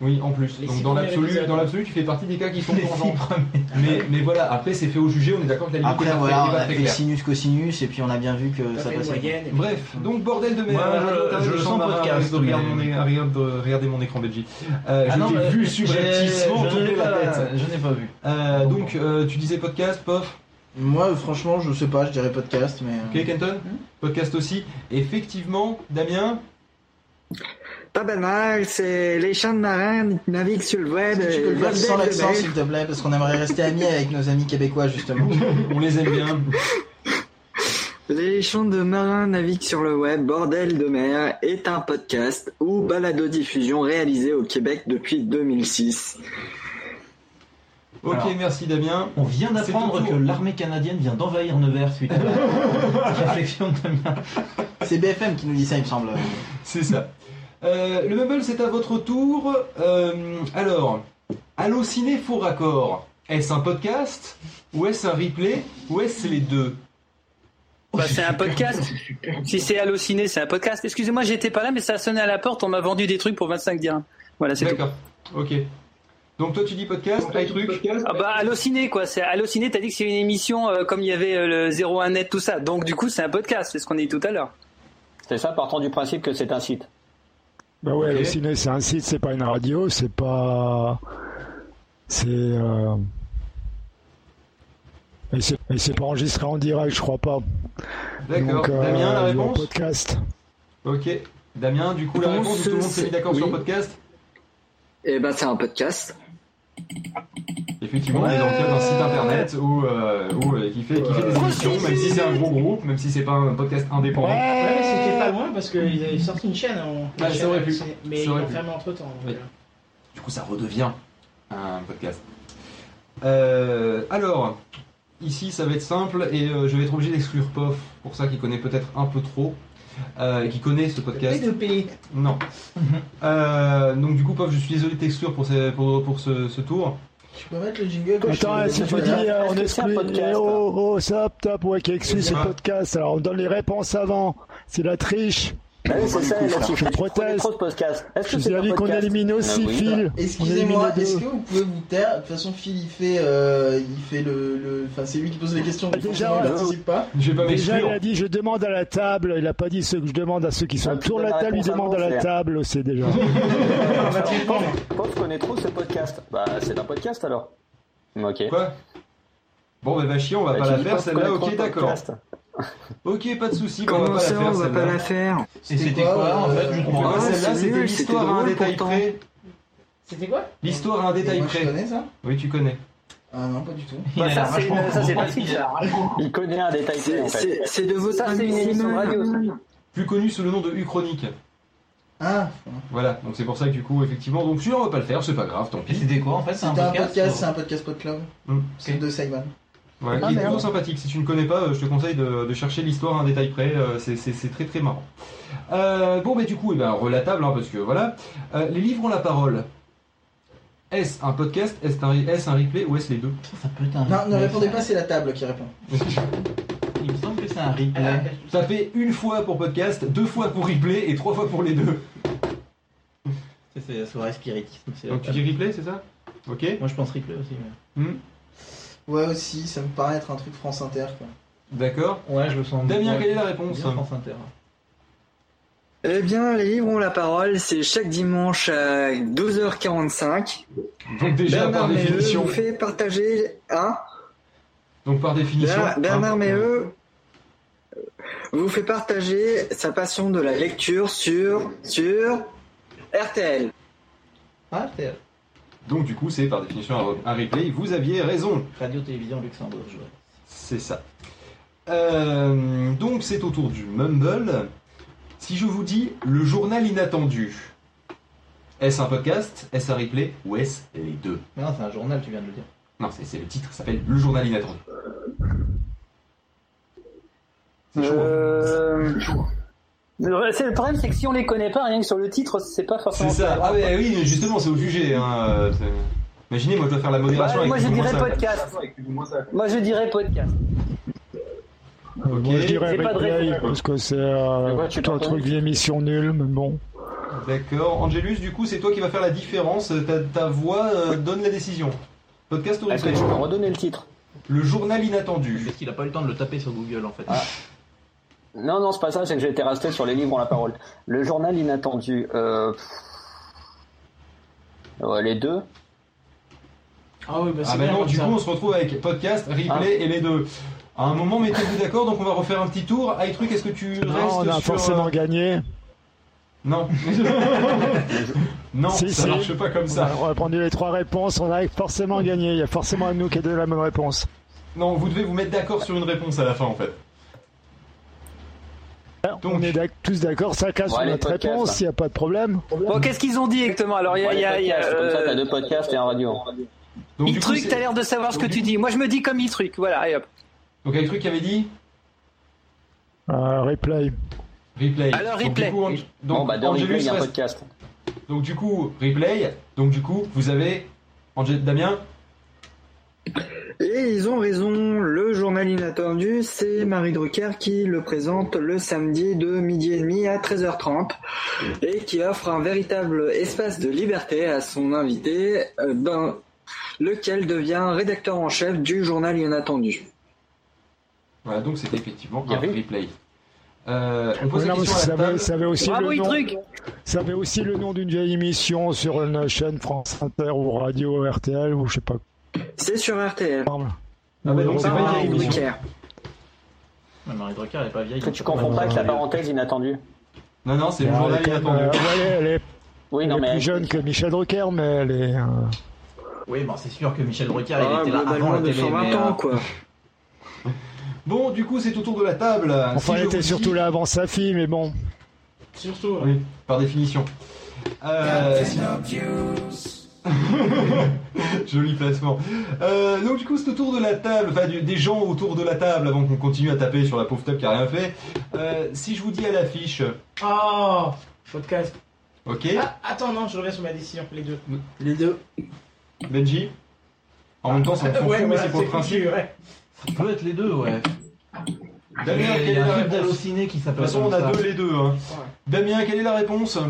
Speaker 1: Oui, en plus.
Speaker 3: Les
Speaker 1: Donc
Speaker 3: six
Speaker 1: dans
Speaker 3: premiers
Speaker 1: l'absolu,
Speaker 3: épisodes.
Speaker 1: dans l'absolu, tu fais partie des cas qui sont
Speaker 12: Les
Speaker 1: urgents.
Speaker 12: six
Speaker 1: Mais, mais voilà, après c'est fait au jugé, on est d'accord que la liberté
Speaker 11: Après
Speaker 1: n'est
Speaker 11: voilà,
Speaker 1: pas
Speaker 11: on a
Speaker 1: très
Speaker 11: fait
Speaker 1: claire.
Speaker 11: sinus cosinus et puis on a bien vu que
Speaker 3: T'as
Speaker 11: ça
Speaker 3: fait une
Speaker 11: passait.
Speaker 3: moyenne. et-
Speaker 1: Bref, donc bordel de
Speaker 12: Moi,
Speaker 1: merde.
Speaker 12: je-
Speaker 1: Attendez,
Speaker 12: je le
Speaker 1: attendez,
Speaker 12: sens
Speaker 1: attendez,
Speaker 12: podcast,
Speaker 1: Regarde
Speaker 12: mais- euh,
Speaker 1: mon é- regarde, regardez mon écran Belgique. Euh,
Speaker 12: Ah non,
Speaker 1: je t'ai
Speaker 12: euh,
Speaker 1: vu
Speaker 12: j'ai-
Speaker 1: subrepticement
Speaker 12: je n'ai
Speaker 1: tourner la
Speaker 12: pas-
Speaker 1: tête.
Speaker 12: Je n'ai pas vu.
Speaker 1: Euh, donc euh, tu disais podcast, pof.
Speaker 11: Moi franchement je sais pas, je dirais podcast mais.
Speaker 12: Mm.
Speaker 11: euh,
Speaker 1: Ok, Kenton Podcast aussi. Effectivement, Damien,
Speaker 5: Pas banal, c'est les champs de marins naviguent sur le web.
Speaker 11: Est-ce que tu peux
Speaker 5: et
Speaker 11: le faire sans
Speaker 5: bordel de
Speaker 11: l'accent
Speaker 5: mer.
Speaker 11: s'il te plaît parce qu'on aimerait rester amis avec nos amis québécois justement.
Speaker 1: on les aime bien.
Speaker 5: Les champs de marins naviguent sur le web, Bordel de mer est un podcast ou balado-diffusion réalisé au Québec depuis 2006.
Speaker 1: Ok,
Speaker 12: Alors.
Speaker 1: merci Damien.
Speaker 12: On vient
Speaker 1: C'est
Speaker 12: d'apprendre
Speaker 1: tout.
Speaker 12: que l'armée canadienne vient d'envahir Nevers suite à la réflexion de Damien.
Speaker 11: C'est BFM qui nous dit ça il me semble.
Speaker 1: C'est ça. Euh, le meuble, c'est à votre tour. Euh, alors, Allociné Faux Raccord, est-ce un podcast Ou est-ce un replay Ou est-ce les deux
Speaker 2: Bah, c'est un podcast. Si c'est halluciné, c'est un podcast. Excusez-moi, j'étais pas là, mais ça a sonné à la porte. On m'a vendu des trucs pour 25 dirhams. Voilà, c'est tout.
Speaker 1: D'accord, ok. Donc toi, tu dis podcast, pas truc
Speaker 2: Ah bah halluciné quoi, c'est halluciné, t'as dit que c'est une émission euh, comme il y avait euh, le 01 net tout ça. Donc du coup, c'est un podcast, c'est ce qu'on a dit tout à l'heure.
Speaker 9: C'est ça, partant du principe que c'est un site.
Speaker 10: Bah ouais,
Speaker 1: Ok.
Speaker 10: le ciné, c'est un site, c'est pas une radio, c'est pas. C'est. euh, Et c'est et c'est pas enregistré en direct, je crois pas.
Speaker 1: D'accord.
Speaker 10: Donc, euh, il
Speaker 1: Damien, la
Speaker 10: y a un
Speaker 1: réponse
Speaker 10: podcast.
Speaker 1: Ok. Damien, du coup, la
Speaker 5: Réponse,
Speaker 1: réponse, tout le monde s'est mis d'accord
Speaker 5: c'est-
Speaker 1: sur
Speaker 5: oui.
Speaker 1: podcast
Speaker 5: Eh ben, c'est un podcast.
Speaker 1: Effectivement, on est dans le cadre d'un site internet où, euh, où, euh, qui, fait, qui fait des émissions, même si c'est un gros groupe, même si c'est pas un podcast indépendant.
Speaker 3: Ouais, mais c'était pas loin parce qu'ils avaient sorti une chaîne. en-
Speaker 1: Ah, ça
Speaker 3: une chaîne
Speaker 1: aurait pu.
Speaker 3: hallucinée, Mais
Speaker 1: Ça
Speaker 3: ils
Speaker 1: aurait
Speaker 3: l'ont
Speaker 1: pu.
Speaker 3: fermé entre temps.
Speaker 1: Oui. Du coup, ça redevient un podcast. Euh, alors, ici, ça va être simple et euh, je vais être obligé d'exclure Pof, pour ça qui connaît peut-être un peu trop, euh, qui connaît ce podcast.
Speaker 3: P2P.
Speaker 1: Non. Euh, donc, du coup, Pof, je suis désolé de t'exclure pour, ce, pour, pour ce, ce tour.
Speaker 11: Tu peux mettre le jingle quand
Speaker 10: Attends, si je dis, euh, on
Speaker 11: Est-ce que c'est un
Speaker 10: exclut.
Speaker 11: podcast,
Speaker 10: eh oh,
Speaker 11: hein
Speaker 10: oh, stop, stop, ouais, qui exclut, c'est
Speaker 11: Ah.
Speaker 10: le podcast. Alors, on donne les réponses avant. C'est la triche.
Speaker 9: Ah oui, c'est ça, la triche.
Speaker 10: Je
Speaker 9: Vous prenez
Speaker 10: proteste.
Speaker 9: trop de podcasts. Est-ce que
Speaker 10: Je
Speaker 9: c'est
Speaker 10: vous
Speaker 9: un
Speaker 10: avais dit qu'on
Speaker 9: podcast
Speaker 10: élimine aussi
Speaker 9: Ah oui.
Speaker 10: Phil.
Speaker 11: Excusez-moi,
Speaker 10: On élimine les
Speaker 11: est-ce
Speaker 10: deux.
Speaker 11: que vous pouvez vous taire De toute façon, Phil, il fait, euh, il fait le, le- Enfin, c'est lui qui pose les questions. donc
Speaker 10: Déjà,
Speaker 11: forcément, il participe pas.
Speaker 10: Déjà, il a dit je demande à la table. Il a pas dit ce que je demande à ceux qui sont
Speaker 9: Ah,
Speaker 10: autour de
Speaker 9: putain,
Speaker 10: la
Speaker 9: la
Speaker 10: table. Il
Speaker 9: réponse
Speaker 10: demande à la
Speaker 9: avant,
Speaker 10: table. C'est déjà.
Speaker 9: Quand tu connais trop ce podcast, bah c'est un podcast alors. Ok.
Speaker 1: Quoi Bon, bah, va chier, on va
Speaker 9: Bah,
Speaker 1: pas
Speaker 9: tu
Speaker 1: la
Speaker 9: dis
Speaker 1: faire
Speaker 9: pas
Speaker 1: celle-là,
Speaker 9: qu'on
Speaker 1: ok,
Speaker 9: est trop
Speaker 1: d'accord.
Speaker 9: podcast. hein.
Speaker 1: Ok, pas de soucis, bah, on
Speaker 5: Comment
Speaker 1: va pas
Speaker 5: ça,
Speaker 1: la faire
Speaker 5: on va pas
Speaker 1: celle-là.
Speaker 5: la faire
Speaker 11: C'était quoi, en fait,
Speaker 1: euh,
Speaker 11: je
Speaker 1: on
Speaker 11: comprends
Speaker 1: fait
Speaker 11: pas.
Speaker 1: pas
Speaker 11: Ah,
Speaker 1: celle-là,
Speaker 11: c'est
Speaker 1: c'était
Speaker 11: nul, c'était
Speaker 1: l'histoire à un
Speaker 11: drôle,
Speaker 1: détail
Speaker 11: pourtant.
Speaker 1: près.
Speaker 11: C'était quoi
Speaker 1: L'histoire à un détail
Speaker 11: Moi, je
Speaker 1: près.
Speaker 11: connais ça
Speaker 1: Oui, tu connais.
Speaker 11: Ah non, pas du tout.
Speaker 9: Il a l'air
Speaker 2: hein,
Speaker 9: vachement con.
Speaker 11: Il
Speaker 9: connaît un détail clé, en fait.
Speaker 5: de vos
Speaker 9: Ça, c'est une émission de radio, ça.
Speaker 1: Plus connu sous le nom de U-Chronique.
Speaker 11: Ah
Speaker 1: Voilà, donc c'est pour ça que du coup, effectivement, donc celui-là on va pas le faire, c'est pas grave, tant pis.
Speaker 12: C'était quoi en fait
Speaker 11: C'est un podcast, c'est un podcast PodClub. C'est de Simon.
Speaker 1: Ouais,
Speaker 11: Ah,
Speaker 1: qui est
Speaker 11: merde.
Speaker 1: plutôt sympathique. Si tu ne connais pas, euh, je te conseille de, de chercher l'histoire à un détail près. euh, c'est- C'est c'est très très marrant. Euh, bon, mais du coup, eh ben, relatable, hein, parce que voilà. Euh, les livres ont la parole. Est-ce un podcast Est-ce un, est un replay ou est-ce les deux
Speaker 11: Non, ne répondez pas, c'est la table qui répond.
Speaker 12: Il me semble que c'est un replay.
Speaker 1: Tapez une fois pour podcast, deux fois pour replay et trois fois pour les deux.
Speaker 12: C'est la soirée spiritisme.
Speaker 1: Donc tu dis replay, c'est ça Ok.
Speaker 12: Moi je pense replay aussi.
Speaker 11: Ouais, aussi, ça me paraît être un truc France Inter, quoi.
Speaker 1: D'accord.
Speaker 12: Ouais, je le sens.
Speaker 1: Damien,
Speaker 12: Ouais,
Speaker 1: quelle est la réponse
Speaker 12: bien France Inter.
Speaker 5: Eh bien, les livres ont la parole, c'est chaque dimanche à 12h45.
Speaker 1: Donc déjà,
Speaker 5: Bernard
Speaker 1: par
Speaker 5: Méheu
Speaker 1: définition.
Speaker 5: vous fait partager, hein
Speaker 1: Donc par définition.
Speaker 5: Bernard, Bernard
Speaker 1: hein.
Speaker 5: Méheu vous fait partager sa passion de la lecture sur, sur RTL.
Speaker 11: Ah,
Speaker 12: RTL.
Speaker 1: Donc du coup, c'est par définition un- un replay. Vous aviez raison.
Speaker 12: Radio-télévision luxembourgeoise.
Speaker 1: C'est ça. Euh, donc c'est au tour du Mumble. Si je vous dis le journal inattendu, est-ce un podcast, est-ce un replay ou est-ce les deux
Speaker 12: Mais non, c'est un journal, tu viens de le dire.
Speaker 1: Non, c'est c'est le titre, ça s'appelle le journal inattendu. hein.
Speaker 2: Euh,
Speaker 10: hein.
Speaker 1: Le,
Speaker 2: problème, c'est que si on les connaît pas, rien que sur le titre, c'est pas
Speaker 1: C'est
Speaker 2: forcément.
Speaker 1: ça. Ah ouais, oui, justement, c'est au sujet. hein, euh, c'est- Imaginez, moi je dois faire la modération.
Speaker 2: Bah,
Speaker 1: avec
Speaker 2: moi, je
Speaker 1: plus ou
Speaker 2: dirais
Speaker 1: moins ça.
Speaker 2: podcast. Moi, je dirais podcast.
Speaker 10: Moi, je dirais
Speaker 2: J'ai pas de
Speaker 10: replay
Speaker 2: réponse.
Speaker 10: parce que c'est euh,
Speaker 1: quoi, tu
Speaker 10: tout un
Speaker 1: parles
Speaker 10: truc d'émission nulle, mais bon.
Speaker 1: D'accord. Angelus, du coup, c'est toi qui vas faire la différence. Ta, ta voix euh, donne la décision. Podcast ou
Speaker 2: Ah,
Speaker 9: Est-ce que
Speaker 1: replay
Speaker 9: tu peux redonner le titre
Speaker 1: Le journal inattendu.
Speaker 12: Parce qu'il a pas eu le temps de le taper sur Google en fait.
Speaker 9: Non, non, c'est pas ça, c'est que j'étais resté sur les livres en la parole. Le journal inattendu. Euh... pff. Ouais, les deux.
Speaker 3: Ah oui, bah c'est
Speaker 1: Ah bah
Speaker 3: bien
Speaker 1: non,
Speaker 3: comme
Speaker 1: du
Speaker 3: ça.
Speaker 1: coup on se retrouve avec podcast, replay
Speaker 9: Ah.
Speaker 1: et les deux. À un moment mettez-vous d'accord, donc on va refaire un petit tour. Aïe truc, est-ce que tu
Speaker 10: Non,
Speaker 1: restes
Speaker 10: on a
Speaker 1: sur... euh,
Speaker 10: forcément gagné.
Speaker 1: Non. non,
Speaker 10: Si,
Speaker 1: ça
Speaker 10: si.
Speaker 1: marche pas comme
Speaker 10: On
Speaker 1: ça.
Speaker 10: a répondu les trois réponses, on a forcément gagné. Il y a forcément un de nous qui a donné la bonne réponse.
Speaker 1: Non, vous devez vous mettre d'accord sur une réponse à la fin en fait.
Speaker 10: on est d'ac- tous d'accord, ça casse
Speaker 9: Bon,
Speaker 10: sur
Speaker 9: allez,
Speaker 10: notre
Speaker 9: podcast,
Speaker 10: réponse,
Speaker 9: là.
Speaker 10: il n'y a pas de problème.
Speaker 2: Bon, qu'est-ce qu'ils ont dit exactement Alors, il y a.
Speaker 9: Ouais,
Speaker 2: il y a-
Speaker 9: les
Speaker 2: il y a,
Speaker 9: podcasts, Comme ça,
Speaker 2: euh,
Speaker 9: t'as deux podcasts et un radio.
Speaker 1: Donc, du coup,
Speaker 2: Itruc,
Speaker 1: c'est-
Speaker 2: t'as l'air de savoir ce que
Speaker 1: Donc,
Speaker 2: tu dis. Moi, je me dis comme Itruc. Voilà, et hop.
Speaker 1: Donc Aïe truc avait dit
Speaker 10: Euh, replay.
Speaker 1: replay.
Speaker 2: Alors,
Speaker 1: Donc,
Speaker 2: replay.
Speaker 1: du coup, Ang- donc,
Speaker 9: Bon, bah, dans
Speaker 1: Angelus
Speaker 9: replay, il y a un
Speaker 1: reste-
Speaker 9: podcast.
Speaker 1: Donc du coup, replay. Donc du coup, vous avez Angel Damien
Speaker 5: Et ils ont raison, le journal inattendu, c'est Marie Drucker qui le présente le samedi de midi et demi à 13h30 et qui offre un véritable espace de liberté à son invité, euh, dans lequel devient rédacteur en chef du journal inattendu.
Speaker 1: Voilà, donc c'était effectivement
Speaker 9: Il y
Speaker 1: un
Speaker 9: avait-
Speaker 1: replay. Euh, on pose
Speaker 10: Ouais,
Speaker 1: la
Speaker 10: non, mais
Speaker 1: question à
Speaker 10: ça,
Speaker 1: la
Speaker 10: avait,
Speaker 1: table.
Speaker 10: ça avait aussi
Speaker 2: Bravo,
Speaker 10: le nom,
Speaker 2: Itruc
Speaker 10: ça avait aussi le nom d'une vieille émission sur une chaîne France Inter ou Radio RTL ou je sais pas.
Speaker 5: C'est sur RTL.
Speaker 1: Ah bah, donc, c'est
Speaker 5: Par
Speaker 1: pas une
Speaker 5: Marie
Speaker 1: vieille émission.
Speaker 5: Drucker.
Speaker 12: Mais Marie Drucker, elle est pas vieille.
Speaker 9: Est-ce que tu confonds pas avec la parenthèse inattendue
Speaker 1: Non, non, c'est le
Speaker 10: Elle
Speaker 1: journal
Speaker 10: est quand même,
Speaker 1: inattendu.
Speaker 10: euh, ouais, elle est,
Speaker 9: Oui,
Speaker 10: elle
Speaker 9: non,
Speaker 10: est
Speaker 9: mais.
Speaker 10: plus jeune que Michel Drucker, mais elle est. euh,
Speaker 12: Oui, bon, c'est sûr que Michel Drucker, il
Speaker 5: Ah,
Speaker 12: était là avant
Speaker 5: globalement
Speaker 12: la
Speaker 5: de
Speaker 12: télé.
Speaker 5: 120
Speaker 12: mais, euh,
Speaker 5: ans, quoi.
Speaker 1: Bon, du coup, c'est au tour de la table.
Speaker 10: Enfin,
Speaker 1: Si
Speaker 10: elle
Speaker 1: je
Speaker 10: était
Speaker 1: vous dis-
Speaker 10: surtout là avant sa fille, mais bon.
Speaker 3: Surtout.
Speaker 1: Oui, par définition. Euh, si- Joli placement. Euh, donc du coup, c'est au tour de la table, enfin du- des gens autour de la table, avant qu'on continue à taper sur la pauvre table qui a rien fait. Euh, si je vous dis à l'affiche,
Speaker 3: Ah Podcast.
Speaker 1: ok,
Speaker 3: Ah, attends, non, je reviens sur ma décision, les deux.
Speaker 11: Les deux.
Speaker 1: Benji, En même temps, ça me fout,
Speaker 3: Ouais,
Speaker 1: mais
Speaker 3: voilà,
Speaker 1: c'est pour le
Speaker 3: c'est
Speaker 1: principe.
Speaker 12: Ça peut être les deux, ouais.
Speaker 1: Damien,
Speaker 12: Il
Speaker 1: quelle
Speaker 12: y
Speaker 1: est
Speaker 12: a
Speaker 1: la
Speaker 12: un truc
Speaker 1: réponse
Speaker 12: d'halluciné qui
Speaker 1: De toute
Speaker 12: s'appelle.
Speaker 1: façon, on
Speaker 12: comme
Speaker 1: a
Speaker 12: ça.
Speaker 1: deux les deux. hein. Damien, quelle est la réponse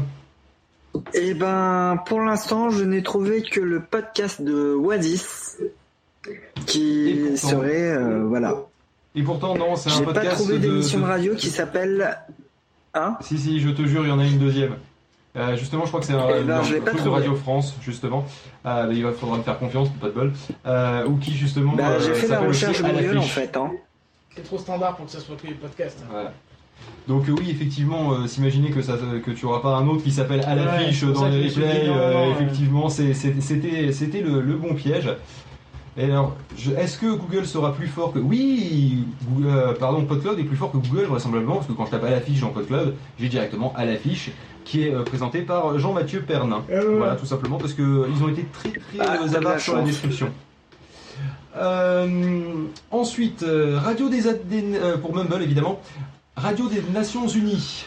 Speaker 5: Eh ben, pour l'instant, je n'ai trouvé que le podcast de Oasis qui serait euh, voilà.
Speaker 1: Et pourtant, non, c'est un
Speaker 5: J'ai pas
Speaker 1: podcast
Speaker 5: trouvé
Speaker 1: de-
Speaker 5: d'émission
Speaker 1: de-
Speaker 5: de radio qui s'appelle. Hein
Speaker 1: Si, si, je te jure, il y en a une deuxième. Euh, justement, je crois que c'est un,
Speaker 5: Eh ben,
Speaker 1: un
Speaker 5: je l'ai pas
Speaker 1: truc de
Speaker 5: trouvé.
Speaker 1: Radio France, justement. Euh, mais il va- faudra me faire confiance, pas de bol. Euh, ou qui, justement.
Speaker 5: Bah, j'ai
Speaker 1: euh,
Speaker 5: fait la
Speaker 1: s'appelle aussi
Speaker 5: recherche
Speaker 1: À
Speaker 5: Google en
Speaker 1: l'affiche.
Speaker 5: fait. Hein.
Speaker 3: C'est trop standard pour que ça soit que les podcasts. hein.
Speaker 1: Voilà. Donc, euh, oui, effectivement, euh, s'imaginer que, ça, que tu auras pas un autre qui s'appelle à
Speaker 3: Ouais,
Speaker 1: l'affiche
Speaker 3: c'est pour
Speaker 1: dans
Speaker 3: ça que
Speaker 1: les
Speaker 3: je me suis dit,
Speaker 1: replays,
Speaker 3: non, non,
Speaker 1: euh,
Speaker 3: ouais.
Speaker 1: effectivement, c'est- c'est- c'était c'était le, le bon piège. Et alors, je- est-ce que Google sera plus fort que. Oui Google- euh, Pardon, PodCloud est plus fort que Google, vraisemblablement, parce que quand je tape à l'affiche dans PodCloud, j'ai directement à l'affiche, qui est euh, présenté par Jean-Mathieu Pernin. Voilà, tout simplement, parce qu'ils ont été très très
Speaker 5: Euh, Ah,
Speaker 1: euh,
Speaker 5: t'as de la
Speaker 1: avares sur la
Speaker 5: chance.
Speaker 1: description. Euh, ensuite, euh, Radio des, A- des- euh, pour Mumble évidemment, Radio des Nations Unies.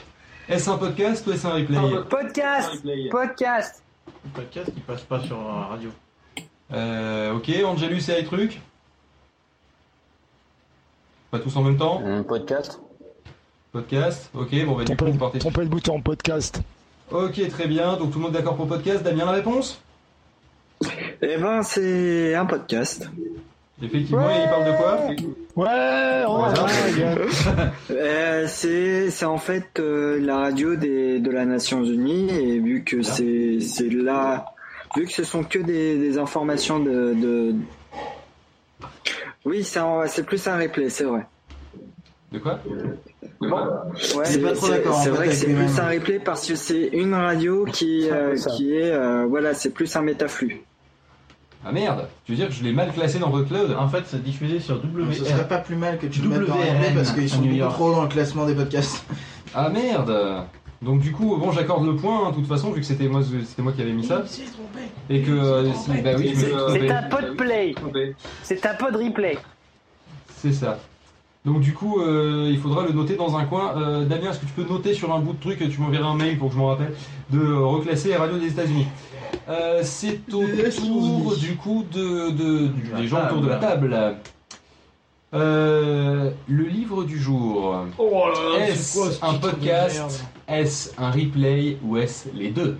Speaker 1: Est-ce un podcast ou est-ce un replay
Speaker 2: Podcast Podcast
Speaker 11: Le podcast, il passe pas sur la radio.
Speaker 1: Euh, Ok, Angelus et iTruc Pas tous en même temps
Speaker 9: Podcast
Speaker 1: Podcast, ok, bon bah du coup
Speaker 10: Trompez,
Speaker 1: vous partez.
Speaker 10: trompez le bouton podcast.
Speaker 1: Ok, très bien, donc tout le monde d'accord pour podcast, Damien la réponse
Speaker 5: Eh ben, c'est un podcast.
Speaker 1: Effectivement, et il parle de quoi
Speaker 10: Ouais,
Speaker 1: Au hasard.
Speaker 5: Euh, c'est c'est en fait euh, la radio des, de la Nations Unies et vu que c'est c'est là vu que ce sont que des, des informations de, de... oui c'est un- c'est plus un replay c'est vrai
Speaker 1: De quoi
Speaker 5: Ouais,
Speaker 11: C'est pas trop
Speaker 5: c'est-
Speaker 11: d'accord, en fait,
Speaker 5: c'est vrai que
Speaker 11: avec
Speaker 5: c'est
Speaker 11: les
Speaker 5: plus
Speaker 11: mêmes. hein.
Speaker 5: un replay parce que c'est une radio qui euh,
Speaker 11: ça.
Speaker 5: qui est euh, voilà c'est plus un métaflux
Speaker 1: Ah merde, tu veux dire que je l'ai mal classé dans votre hein cloud
Speaker 12: En fait, c'est diffusé sur
Speaker 11: Donc,
Speaker 12: WR.
Speaker 11: ce serait pas plus mal que tu le mettes dans
Speaker 12: WRN,
Speaker 11: la parce qu'ils
Speaker 12: à
Speaker 11: sont
Speaker 12: New
Speaker 11: beaucoup
Speaker 12: York.
Speaker 11: trop dans le classement des podcasts.
Speaker 1: Ah merde Donc du coup, bon j'accorde le point hein, de toute façon vu que c'était moi, c'était moi qui avais mis ça.
Speaker 3: Il s'est trompé.
Speaker 1: Et que euh, si, bah oui, je me
Speaker 2: C'est
Speaker 1: suis trompé.
Speaker 2: c'est un pod play. C'est un pod replay.
Speaker 1: C'est ça. Donc du coup, euh, il faudra le noter dans un coin. Euh, Damien, est-ce que tu peux noter sur un bout de truc, tu m'enverras un mail pour que je m'en rappelle, de euh, reclasser les radios des États-Unis. Euh, c'est au tour du coup de, de- du- des gens autour de la table. Euh, le livre du jour.
Speaker 3: Oh là là, c'est
Speaker 1: Est-ce
Speaker 3: quoi ce
Speaker 1: un
Speaker 3: titre de merde
Speaker 1: podcast Est-ce un replay Ou est-ce les deux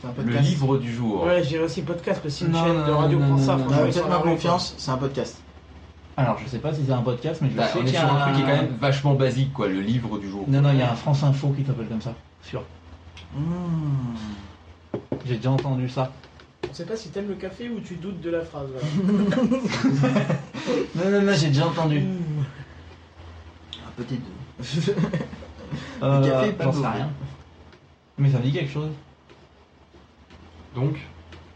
Speaker 11: C'est un
Speaker 1: Le
Speaker 11: podcast.
Speaker 1: livre du jour.
Speaker 3: Ouais, j'irai aussi podcast parce que une
Speaker 11: Non,
Speaker 3: chaîne
Speaker 11: non,
Speaker 3: de
Speaker 11: non,
Speaker 3: radio
Speaker 11: non,
Speaker 3: prend
Speaker 11: non,
Speaker 3: ça,
Speaker 11: non,
Speaker 1: Ah,
Speaker 3: franchement.
Speaker 11: non,
Speaker 3: ils sont
Speaker 11: faites-moi
Speaker 3: à fond,
Speaker 11: confiance, c'est un podcast.
Speaker 12: Alors, je sais pas si c'est un podcast, mais je
Speaker 1: Bah,
Speaker 12: sais
Speaker 1: on est
Speaker 12: qu'il y a
Speaker 1: sur un
Speaker 12: un-
Speaker 1: truc qui est quand même vachement basique, quoi, le livre du jour.
Speaker 12: Non, non, il y a un France Info qui s'appelle comme ça. Sûr.
Speaker 11: Hmm.
Speaker 12: J'ai déjà entendu ça.
Speaker 3: quoi. On sait pas si t'aimes le café ou tu doutes de la phrase. voilà.
Speaker 12: Non, non, non, j'ai déjà entendu.
Speaker 11: Un petit deux.
Speaker 12: Euh,
Speaker 11: Le café est pas
Speaker 12: J'en sais
Speaker 11: mauvais.
Speaker 12: rien. Mais ça me dit quelque chose.
Speaker 1: Donc,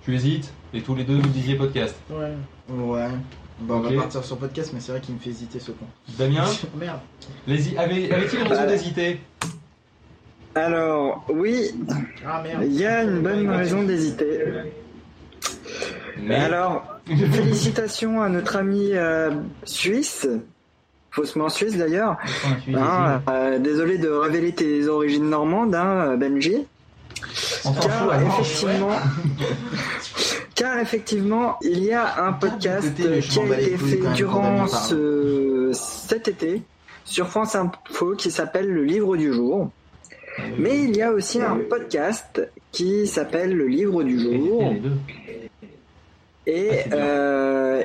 Speaker 1: tu hésites, et tous les deux vous disiez podcast.
Speaker 3: Ouais.
Speaker 11: Ouais. Bon, on
Speaker 1: Ok.
Speaker 11: va partir sur podcast, mais c'est vrai qu'il me fait hésiter ce con.
Speaker 1: Damien,
Speaker 3: Merde.
Speaker 1: les- avait- avait-il raison
Speaker 5: Voilà.
Speaker 1: d'hésiter
Speaker 5: alors oui
Speaker 3: Ah merde.
Speaker 5: il y a une bonne raison d'hésiter
Speaker 1: Mais-
Speaker 5: Alors, félicitations à notre ami euh, suisse, faussement suisse d'ailleurs. Hein, euh, désolé de révéler tes origines normandes, hein, Benji. Car effectivement, car effectivement, il y a un podcast
Speaker 11: mais je
Speaker 5: qui
Speaker 11: m'en
Speaker 5: a
Speaker 11: bats les
Speaker 5: été
Speaker 11: couilles
Speaker 5: fait
Speaker 11: quand même quand Damien
Speaker 5: durant
Speaker 11: parle.
Speaker 5: ce- cet été sur France Info qui s'appelle Le Livre du Jour. Mais il y a aussi un podcast qui s'appelle Le Livre du
Speaker 1: Oh.
Speaker 5: Jour
Speaker 12: les deux.
Speaker 5: et euh,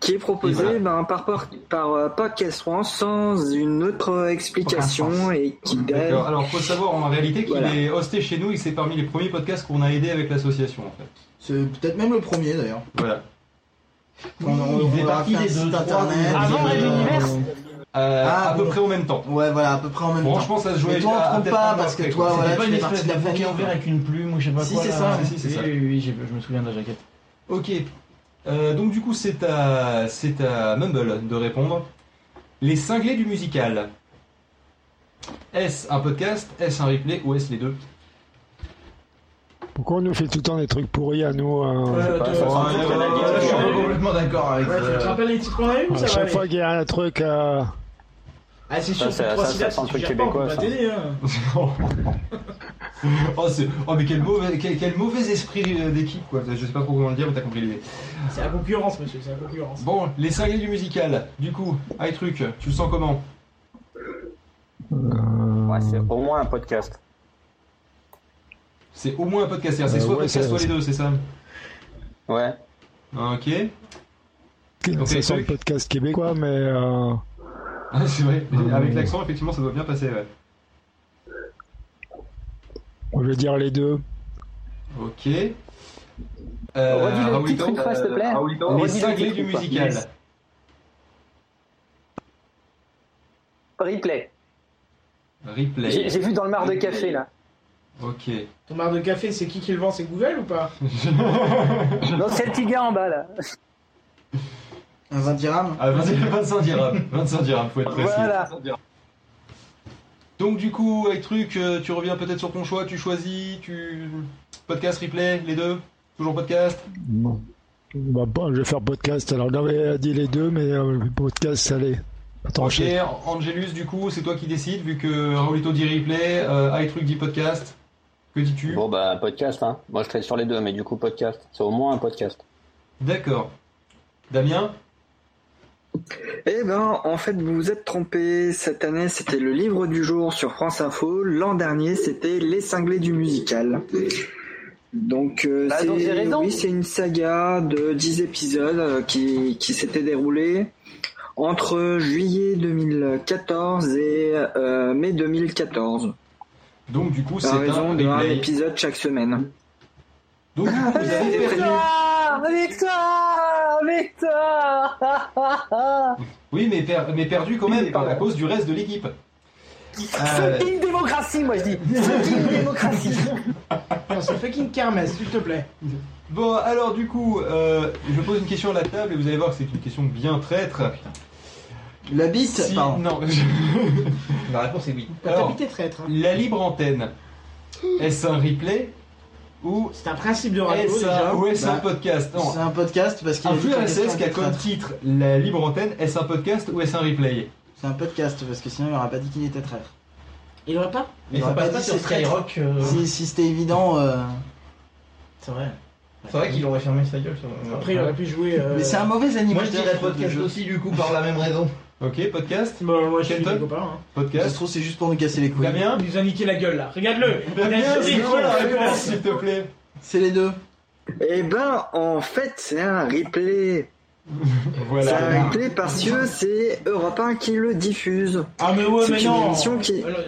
Speaker 5: qui est proposé
Speaker 12: Voilà.
Speaker 5: ben, par, por- par euh, Podcast France sans une autre explication et qui donne.
Speaker 1: D'accord, alors faut savoir en réalité qu'il
Speaker 5: Voilà.
Speaker 1: est hosté chez nous et c'est parmi les premiers podcasts qu'on a aidé avec l'association en fait.
Speaker 11: C'est peut-être même le premier d'ailleurs.
Speaker 1: Voilà.
Speaker 11: On, on-
Speaker 12: il faisait
Speaker 11: on aura
Speaker 12: partie
Speaker 11: fait un
Speaker 12: des
Speaker 11: site
Speaker 12: deux,
Speaker 11: internet.
Speaker 2: Avant
Speaker 11: et,
Speaker 2: Rêve
Speaker 11: euh,
Speaker 2: d'Univers
Speaker 1: Euh,
Speaker 11: Ah,
Speaker 1: à peu
Speaker 11: bon.
Speaker 1: près en même temps.
Speaker 11: Ouais, voilà, à peu près en même temps.
Speaker 1: Franchement, ça se jouait
Speaker 11: Mais toi,
Speaker 1: à- à
Speaker 11: on
Speaker 1: peut-être
Speaker 11: trompe pas
Speaker 1: un
Speaker 11: parce que
Speaker 1: mois,
Speaker 11: toi, voilà,
Speaker 12: C'était pas une
Speaker 11: tu fais
Speaker 12: espèce
Speaker 11: partie de la
Speaker 12: d'avocat
Speaker 11: famille.
Speaker 12: ouvert avec une plume ou je sais pas
Speaker 11: Si,
Speaker 12: quoi.
Speaker 11: c'est
Speaker 12: là.
Speaker 11: ça,
Speaker 1: si, si, c'est
Speaker 12: oui,
Speaker 1: ça.
Speaker 12: oui, oui, j'ai- je me souviens de la jaquette.
Speaker 1: Ok. Euh, donc du coup, c'est à, c'est à Mumble de répondre. Les cinglés du musical. Est-ce un podcast, est-ce un replay ou est-ce les deux
Speaker 10: Pourquoi on nous fait tout le temps des trucs pourris à nous hein
Speaker 3: Euh,
Speaker 9: pas,
Speaker 3: de-
Speaker 9: ça
Speaker 3: Ouais,
Speaker 1: sent
Speaker 3: ouais,
Speaker 1: la
Speaker 3: ouais,
Speaker 1: guitare.
Speaker 3: ouais,
Speaker 9: Je suis
Speaker 3: ouais.
Speaker 9: complètement d'accord avec
Speaker 3: Ouais, tu te rappelles les titres qu'on a eu ou
Speaker 10: À
Speaker 3: ça va
Speaker 10: chaque
Speaker 3: aller
Speaker 10: fois qu'il y a un truc à.
Speaker 3: Ah, c'est sûr,
Speaker 9: Ça, ça-
Speaker 3: que trois
Speaker 9: ça- ça
Speaker 3: syllabes,
Speaker 9: sent le
Speaker 3: si tu
Speaker 9: truc
Speaker 3: gères pas, on peut
Speaker 9: québécois, ça.
Speaker 3: pas t'aider, hein.
Speaker 1: oh, c'est- oh, mais quel mauvais, quel, quel mauvais esprit euh, d'équipe, quoi. Je sais pas trop comment le dire, mais t'as compris l'idée.
Speaker 3: C'est la concurrence, monsieur, c'est la concurrence.
Speaker 1: Bon, les cinglés du musical. Du coup, high truc, tu le sens comment
Speaker 9: Ouais, c'est au moins un podcast.
Speaker 1: C'est au moins un podcast. C'est-à-dire, C'est
Speaker 9: Euh,
Speaker 1: soit
Speaker 9: ouais,
Speaker 1: podcast,
Speaker 9: c'est-
Speaker 1: soit les deux, c'est ça
Speaker 9: Ouais.
Speaker 1: Ok.
Speaker 10: Ça
Speaker 1: Donc, les
Speaker 10: sent le
Speaker 1: trucs-
Speaker 10: podcast québécois, mais. euh,
Speaker 1: Ah, c'est vrai.
Speaker 10: Euh,
Speaker 1: Avec l'accent, effectivement, ça doit bien passer, ouais.
Speaker 10: On veut dire les deux.
Speaker 1: Ok. Euh,
Speaker 10: Redis le
Speaker 1: Raoulito,
Speaker 10: titre une fois, s'il te plaît.
Speaker 1: euh,
Speaker 10: Raoulito,
Speaker 1: Les
Speaker 10: redis le
Speaker 1: cinglés
Speaker 10: titre
Speaker 1: du
Speaker 10: une fois.
Speaker 1: musical.
Speaker 10: Yes.
Speaker 2: Replay.
Speaker 1: Replay.
Speaker 2: J'ai j'ai vu dans le mar de café là.
Speaker 1: Ok.
Speaker 3: Ton marre de café, c'est qui qui le vend C'est Google ou pas
Speaker 2: Non, c'est le petit gars en bas là.
Speaker 5: Euh,
Speaker 11: Un 20 dirhams
Speaker 1: Ah, 20 25 dirhams. 25 dirhams, faut être précis.
Speaker 2: Voilà.
Speaker 1: Donc, du coup, avec truc, euh, tu reviens peut-être sur ton choix, tu choisis, tu. Podcast, replay, les deux Toujours podcast
Speaker 10: Bon. Bah, bon, je vais faire podcast. Alors, j'avais dit les deux, mais euh, podcast, allez. Attends,
Speaker 1: Ok,
Speaker 10: je-
Speaker 1: Angelus, du coup, c'est toi qui décides, vu que Raoulito dit replay, euh, iTruc dit podcast. Que dis-tu
Speaker 9: Bon, bah, podcast, hein. Moi, je serais sur les deux, mais du coup, podcast. C'est au moins un podcast.
Speaker 1: D'accord. Damien
Speaker 5: Eh ben, en fait, vous vous êtes trompé. Cette année, c'était le livre du jour sur France Info. L'an dernier, c'était Les cinglés du musical. Donc, euh,
Speaker 2: Bah,
Speaker 5: c'est
Speaker 2: donc, j'ai raison.
Speaker 5: oui, c'est une saga de 10 épisodes euh, qui, qui s'était déroulée entre juillet 2014 et euh, mai 2014.
Speaker 1: Donc, du coup,
Speaker 5: à
Speaker 1: c'est
Speaker 5: raison
Speaker 1: un
Speaker 5: d'un
Speaker 1: replay.
Speaker 5: épisode chaque semaine.
Speaker 1: Donc, du coup, vous avez perdu.
Speaker 2: Victoire Victoire Victoire
Speaker 1: Oui, mais, per- mais perdu quand même, par la cause du reste de l'équipe. Euh,
Speaker 2: Fucking démocratie, moi je dis. Fucking démocratie.
Speaker 3: Non, c'est fucking kermesse, s'il te plaît.
Speaker 1: Bon, alors du coup, euh, je pose une question à la table et vous allez voir que c'est une question bien traître.
Speaker 11: La bite
Speaker 1: Si-
Speaker 11: Pardon.
Speaker 1: Non. La réponse est oui.
Speaker 3: T'as habité traître. hein.
Speaker 1: la libre antenne, est-ce un replay ou
Speaker 3: C'est un principe de radio,
Speaker 1: est-ce un-
Speaker 3: déjà.
Speaker 1: ou est-ce un
Speaker 11: Bah,
Speaker 1: podcast Non.
Speaker 11: C'est un podcast parce qu'il
Speaker 12: Ah,
Speaker 1: Un
Speaker 11: a dit
Speaker 1: jeu
Speaker 11: que la
Speaker 1: RSS
Speaker 11: question
Speaker 1: qui a
Speaker 11: était
Speaker 1: comme
Speaker 11: traître.
Speaker 1: titre la libre antenne, est-ce un podcast ou est-ce un replay
Speaker 11: C'est un podcast parce que sinon il aurait pas dit qu'il était traître.
Speaker 3: Il aurait pas
Speaker 11: Il
Speaker 3: ça
Speaker 11: aurait
Speaker 3: passe
Speaker 11: pas
Speaker 3: pas
Speaker 11: dit
Speaker 3: sur
Speaker 11: c'est traître.
Speaker 3: Skyrock, euh,
Speaker 11: Si, si c'était évident. euh,
Speaker 3: C'est vrai.
Speaker 12: C'est vrai qu'il aurait fermé sa gueule. ça.
Speaker 3: Après, il aurait pu jouer. euh,
Speaker 11: Mais c'est un mauvais animateur.
Speaker 12: Moi, je dirais
Speaker 11: trouve,
Speaker 12: podcast
Speaker 11: de jeu.
Speaker 12: aussi, du coup, par la même raison.
Speaker 1: Ok, podcast
Speaker 3: Bah, moi, je suis
Speaker 1: Kenton
Speaker 3: des copains, hein.
Speaker 11: Ça se
Speaker 1: Podcast
Speaker 11: trouve, c'est juste pour nous casser les couilles.
Speaker 1: Damien
Speaker 3: Ah, Il nous a niqué la gueule là. Regarde-le. Il a
Speaker 1: Damien,
Speaker 3: niqué
Speaker 1: c'est quoi la
Speaker 3: gueule.
Speaker 1: réponse s'il te plaît
Speaker 11: C'est les deux.
Speaker 5: Eh ben, en fait, c'est un replay. C'est un
Speaker 1: Voilà.
Speaker 5: replay parce que c'est Europe 1 qui le diffuse.
Speaker 3: Ah, mais ouais,
Speaker 5: C'est
Speaker 3: mais
Speaker 5: une
Speaker 3: non.
Speaker 5: émission qui-
Speaker 3: Alors,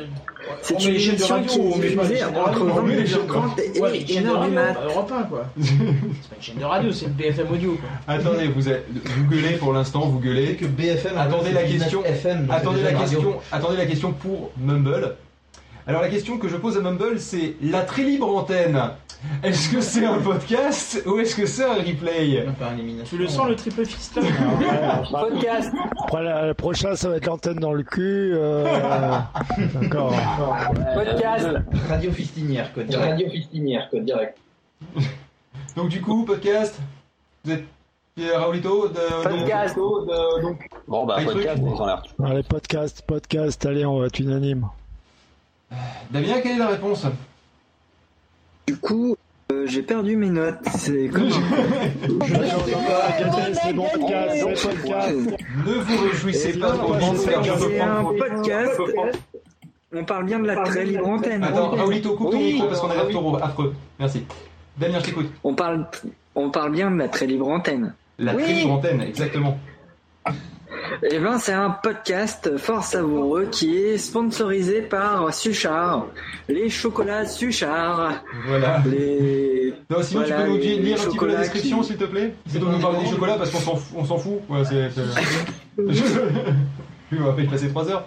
Speaker 3: on
Speaker 5: C'est
Speaker 3: met
Speaker 5: une
Speaker 3: les chaînes de
Speaker 5: émission
Speaker 3: radio,
Speaker 5: qui
Speaker 3: on met
Speaker 5: est
Speaker 3: pas les
Speaker 5: diffusée
Speaker 3: chaînes de
Speaker 5: entre
Speaker 3: radio, on met les
Speaker 5: 22h30 et
Speaker 3: Ouais, une chaîne de
Speaker 5: 1h du
Speaker 3: radio,
Speaker 5: mat.
Speaker 3: bah, Europe 1, quoi. c'est pas une chaîne de radio, c'est le BFM audio, quoi.
Speaker 1: Attendez, vous, êtes- vous gueulez pour l'instant, vous gueulez.
Speaker 12: que BFM.
Speaker 1: Attendez la
Speaker 12: c'est
Speaker 1: question.
Speaker 12: Dynamite FM, donc c'est
Speaker 1: Attendez
Speaker 12: déjà
Speaker 1: la
Speaker 12: une radio.
Speaker 1: question. Attendez la question pour Mumble. Alors la question que je pose à Mumble, c'est la très libre antenne. Est-ce que c'est un podcast ou est-ce que c'est un replay
Speaker 12: On fait un élimination.
Speaker 3: Tu le sens le triple fist hein. Ah, là
Speaker 2: Podcast.
Speaker 10: Après, la, la prochaine, ça va être l'antenne dans le cul. euh, D'accord.
Speaker 5: euh,
Speaker 2: Podcast.
Speaker 12: Radio Fistinière, quoi. direct.
Speaker 9: Fistinière, quoi, direct.
Speaker 1: Donc du coup, podcast. Vous êtes Pierre Raoulito de...
Speaker 2: Podcast.
Speaker 9: Bon, bah,
Speaker 1: Un truc.
Speaker 9: podcast, ils ont l'air.
Speaker 10: Allez, podcast, podcast, allez, on va être unanime.
Speaker 1: Damien, quelle est la réponse
Speaker 5: Du coup, euh, j'ai perdu mes notes. C'est comme
Speaker 10: Ah, C'est bon, podcast, c'est podcast.
Speaker 1: Ne vous réjouissez
Speaker 10: Et
Speaker 1: pas
Speaker 10: non,
Speaker 1: trop
Speaker 10: pas
Speaker 1: vite,
Speaker 10: c'est
Speaker 1: car je peux
Speaker 5: c'est
Speaker 1: prendre
Speaker 5: un
Speaker 1: vos-
Speaker 5: podcast.
Speaker 1: je peux prendre-
Speaker 5: On parle bien de la très libre antenne.
Speaker 1: Attends, Raoulito, coupe ton
Speaker 5: Oui.
Speaker 1: micro parce qu'on a l'air taureau, affreux. Merci. Damien, je t'écoute.
Speaker 5: On parle, on parle bien de la très libre antenne.
Speaker 1: La très
Speaker 5: Oui.
Speaker 1: libre antenne, exactement.
Speaker 5: Eh ben, c'est un podcast fort savoureux qui est sponsorisé par Suchard. Les chocolats Suchard.
Speaker 1: Voilà.
Speaker 5: Les...
Speaker 1: Non, sinon, tu
Speaker 5: Voilà,
Speaker 1: peux nous di-
Speaker 5: les-
Speaker 1: lire
Speaker 5: les
Speaker 1: un petit peu la
Speaker 5: chocolats
Speaker 1: description,
Speaker 5: qui-
Speaker 1: s'il te plaît C'est donc nous parler des chocolats parce qu'on s'en fout. On s'en fout. Ouais, c'est. c'est- Lui, on va pas y passer 3 heures.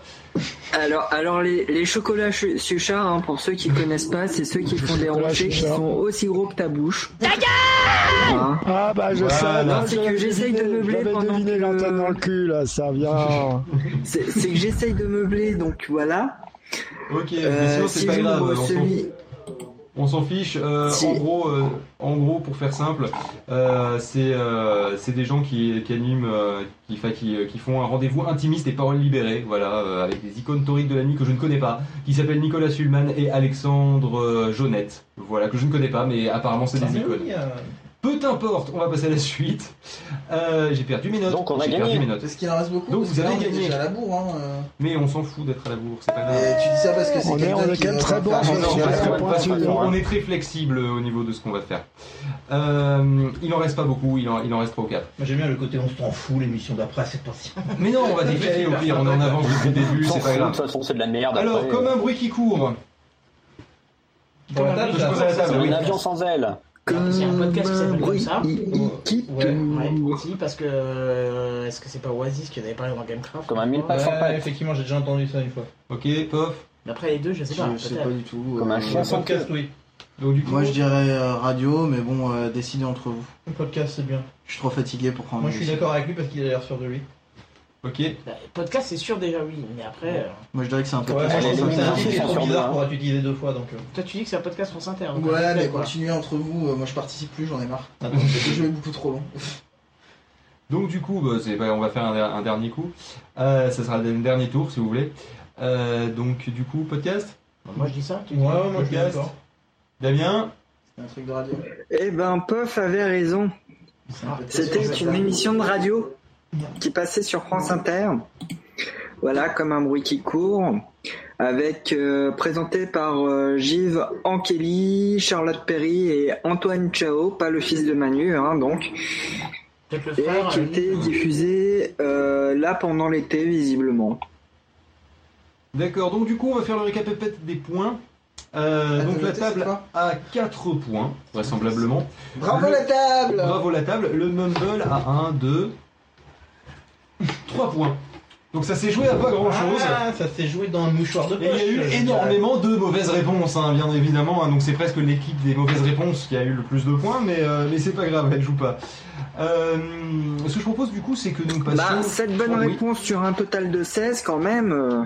Speaker 5: Alors, alors les, les chocolats chu- Suchard, hein, pour ceux qui connaissent pas, c'est ceux qui font des
Speaker 10: chocolats
Speaker 5: rochers qui
Speaker 10: Suchard.
Speaker 5: sont aussi gros que ta bouche. Hein.
Speaker 10: Ah, bah, je
Speaker 1: Voilà.
Speaker 10: sais. non,
Speaker 5: C'est
Speaker 10: j'avais
Speaker 5: que j'essaye
Speaker 10: deviné-
Speaker 5: de meubler
Speaker 10: J'avais
Speaker 5: pendant
Speaker 10: deviné
Speaker 5: que-
Speaker 10: l'antenne dans le cul, là, ça vient.
Speaker 5: C'est c'est que j'essaye de meubler, donc voilà.
Speaker 1: Ok, mais
Speaker 5: Euh,
Speaker 1: sinon,
Speaker 5: si
Speaker 1: c'est pas
Speaker 5: j'ouvre
Speaker 1: grave. on s'en fout.
Speaker 5: celui-
Speaker 1: On s'en fiche. Euh, en, gros, euh, en gros, pour faire simple, euh, c'est euh, c'est des gens qui, qui animent, euh, qui, fa- qui, qui font un rendez-vous intimiste et paroles libérées, voilà, euh, avec des icônes tauriques de la nuit que je ne connais pas, qui s'appellent Nicolas Sulman et Alexandre euh, Jaunette, voilà, que je ne connais pas, mais apparemment c'est des icônes.
Speaker 3: euh,
Speaker 1: Peu importe, on va passer à la suite. Euh, J'ai perdu mes notes.
Speaker 9: Donc, on a
Speaker 1: J'ai
Speaker 9: gagné.
Speaker 1: perdu mes notes.
Speaker 11: Parce qu'il en reste beaucoup.
Speaker 1: Donc
Speaker 11: parce
Speaker 1: vous
Speaker 11: que là,
Speaker 1: avez
Speaker 11: on est
Speaker 1: gagné.
Speaker 11: déjà à la bourre, hein. euh.
Speaker 1: Mais on s'en fout d'être à la bourre, c'est pas grave.
Speaker 11: Et tu dis ça parce que c'est
Speaker 10: On est-
Speaker 11: quelqu'un
Speaker 10: on est
Speaker 11: qui
Speaker 10: quand même
Speaker 11: est en
Speaker 10: très
Speaker 11: train de
Speaker 10: bon hein.
Speaker 11: faire
Speaker 10: en
Speaker 11: un
Speaker 10: gestion de
Speaker 11: jeu.
Speaker 10: la
Speaker 11: Ouais, ouais,
Speaker 10: préparation.
Speaker 11: ouais, ouais.
Speaker 1: On est très flexible au niveau de ce qu'on va faire. Euh, il en reste pas beaucoup, il en, il en reste 3 ou 4.
Speaker 12: Moi j'aime bien le côté on s'en fout, l'émission d'après, c'est pas si.
Speaker 1: Mais non, on va décaler au pire, on est en avance depuis le début,
Speaker 9: S'en
Speaker 1: c'est
Speaker 9: fout,
Speaker 1: pas
Speaker 9: de toute
Speaker 1: grave.
Speaker 9: façon, c'est de la merde.
Speaker 1: Alors,
Speaker 9: après,
Speaker 1: comme
Speaker 9: euh,
Speaker 1: un bruit qui court.
Speaker 11: Dans la table,
Speaker 1: Je pose à la
Speaker 9: c'est
Speaker 1: table, oui.
Speaker 9: euh, un avion sans aile.
Speaker 3: C'est un podcast qui s'appelle comme ça. Ouais, ouais,
Speaker 5: Ouais.
Speaker 3: si, parce que. euh, Est-ce que c'est pas Oasis qui en avait parlé dans Gamecraft
Speaker 9: Comme un mille pattes sans
Speaker 12: Ouais,
Speaker 9: pattes.
Speaker 12: effectivement, j'ai déjà entendu ça une fois.
Speaker 1: Ok, pof.
Speaker 3: Mais après les deux, je sais pas.
Speaker 11: Je sais
Speaker 3: peut-être.
Speaker 11: pas du tout.
Speaker 9: Comme un
Speaker 11: euh,
Speaker 9: chien sans
Speaker 12: Podcast, oui.
Speaker 1: Donc, du coup,
Speaker 11: Moi je dirais euh, radio, mais bon, euh, décidez entre vous.
Speaker 12: Le podcast, c'est bien.
Speaker 11: Je suis trop fatigué pour prendre.
Speaker 12: Moi,
Speaker 11: une
Speaker 12: je suis
Speaker 11: décision.
Speaker 12: d'accord avec lui parce qu'il a l'air sûr de lui.
Speaker 1: ok.
Speaker 3: Bah, Podcast, c'est sûr déjà, oui. Mais après, euh,
Speaker 11: Moi je dirais que c'est un peu.
Speaker 12: Ouais,
Speaker 9: Elle
Speaker 12: c'est
Speaker 9: est
Speaker 12: un- c'est un
Speaker 9: limite
Speaker 12: titre
Speaker 9: sur
Speaker 12: trop
Speaker 9: deux,
Speaker 12: bizarre
Speaker 9: hein.
Speaker 12: pour être utilisé deux fois, donc. euh,
Speaker 3: toi, tu dis que c'est un podcast France Inter. donc
Speaker 11: Ouais, mais
Speaker 3: quoi.
Speaker 11: continuez entre vous. euh, Moi je participe plus, j'en ai marre.
Speaker 12: attends.
Speaker 11: Je jeu est beaucoup trop long.
Speaker 1: Donc du coup, bah, c'est- bah, on va faire un, der- un dernier coup. Euh, ça sera le dernier tour, si vous voulez. Euh, donc du coup, podcast.
Speaker 3: Moi, je dis ça. tu
Speaker 12: Ouais,
Speaker 3: dis-
Speaker 12: ouais, moi je suis
Speaker 1: Podcast.
Speaker 12: d'accord.
Speaker 1: Damien.
Speaker 11: C'est un truc de radio.
Speaker 5: Eh ben, Pof avait raison.
Speaker 11: C'est un
Speaker 12: Ah,
Speaker 3: Ah,
Speaker 11: peu
Speaker 5: C'était
Speaker 11: triste,
Speaker 5: une
Speaker 11: ça.
Speaker 5: émission de radio qui passait sur France Inter. Voilà, comme un bruit qui court, avec euh, présenté par euh, Gilles Ankeli, Charlotte Perry et Antoine Chao, pas le fils de Manu, hein, donc,
Speaker 3: Peut-être le
Speaker 5: et
Speaker 3: frère.
Speaker 5: qui
Speaker 3: euh,
Speaker 5: était diffusé euh, là pendant l'été visiblement.
Speaker 1: D'accord. Donc du coup, on va faire le récapitulatif des points. Euh,
Speaker 11: Ah,
Speaker 1: donc
Speaker 11: t'as
Speaker 1: la
Speaker 11: noté, c'est
Speaker 1: table
Speaker 11: quoi
Speaker 1: a 4 points, vraisemblablement.
Speaker 11: Bravo
Speaker 1: Le-
Speaker 11: la table
Speaker 1: Bravo la table. Le mumble a 1, 2, 3 points. Donc ça s'est joué à pas grand chose.
Speaker 12: Ah, ça s'est joué dans un mouchoir de
Speaker 1: Et il y
Speaker 12: poche.
Speaker 1: a eu énormément de mauvaises réponses, hein, bien évidemment. hein. donc c'est presque l'équipe des mauvaises réponses qui a eu le plus de points, mais, euh, mais c'est pas grave, elle joue pas. Euh, ce que je propose du coup, c'est que nous passions.
Speaker 5: Bah, cette bonne
Speaker 1: Oui.
Speaker 5: réponse sur un total de 16 quand même. euh,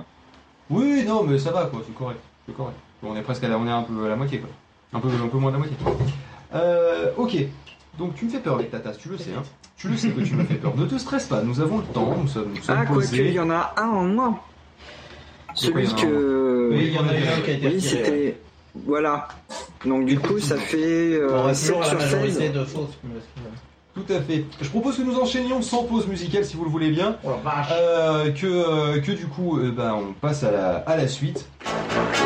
Speaker 1: Oui, non, mais ça va quoi, c'est correct, c'est correct. Bon, on est presque à la, on est un peu à la moitié quoi, un peu, un peu moins de la moitié. Euh, ok, donc tu me fais peur avec ta tasse, tu le sais, hein. Tu le sais que tu me fais peur. Ne te stresse pas, nous avons le temps, nous sommes, nous sommes
Speaker 5: Ah, quoi
Speaker 1: posés.
Speaker 5: il y en a un en moins.
Speaker 1: quoi, il y en
Speaker 5: Celui
Speaker 1: a un
Speaker 5: que.
Speaker 12: Oui, il y en a eu un qui a été
Speaker 5: Oui,
Speaker 12: retiré. ouais.
Speaker 5: c'était. Voilà. Donc, du coup, ça fait euh,
Speaker 12: On reste
Speaker 5: 7
Speaker 12: toujours à la
Speaker 5: sur 16.
Speaker 12: majorité de fausses. mais c'est pas grave.
Speaker 1: Tout à fait. Je propose que nous enchaînions sans pause musicale si vous le voulez bien.
Speaker 12: Oh la vache.
Speaker 1: ben, Euh, que, euh, que du coup, euh, bah, on passe à la, à la suite.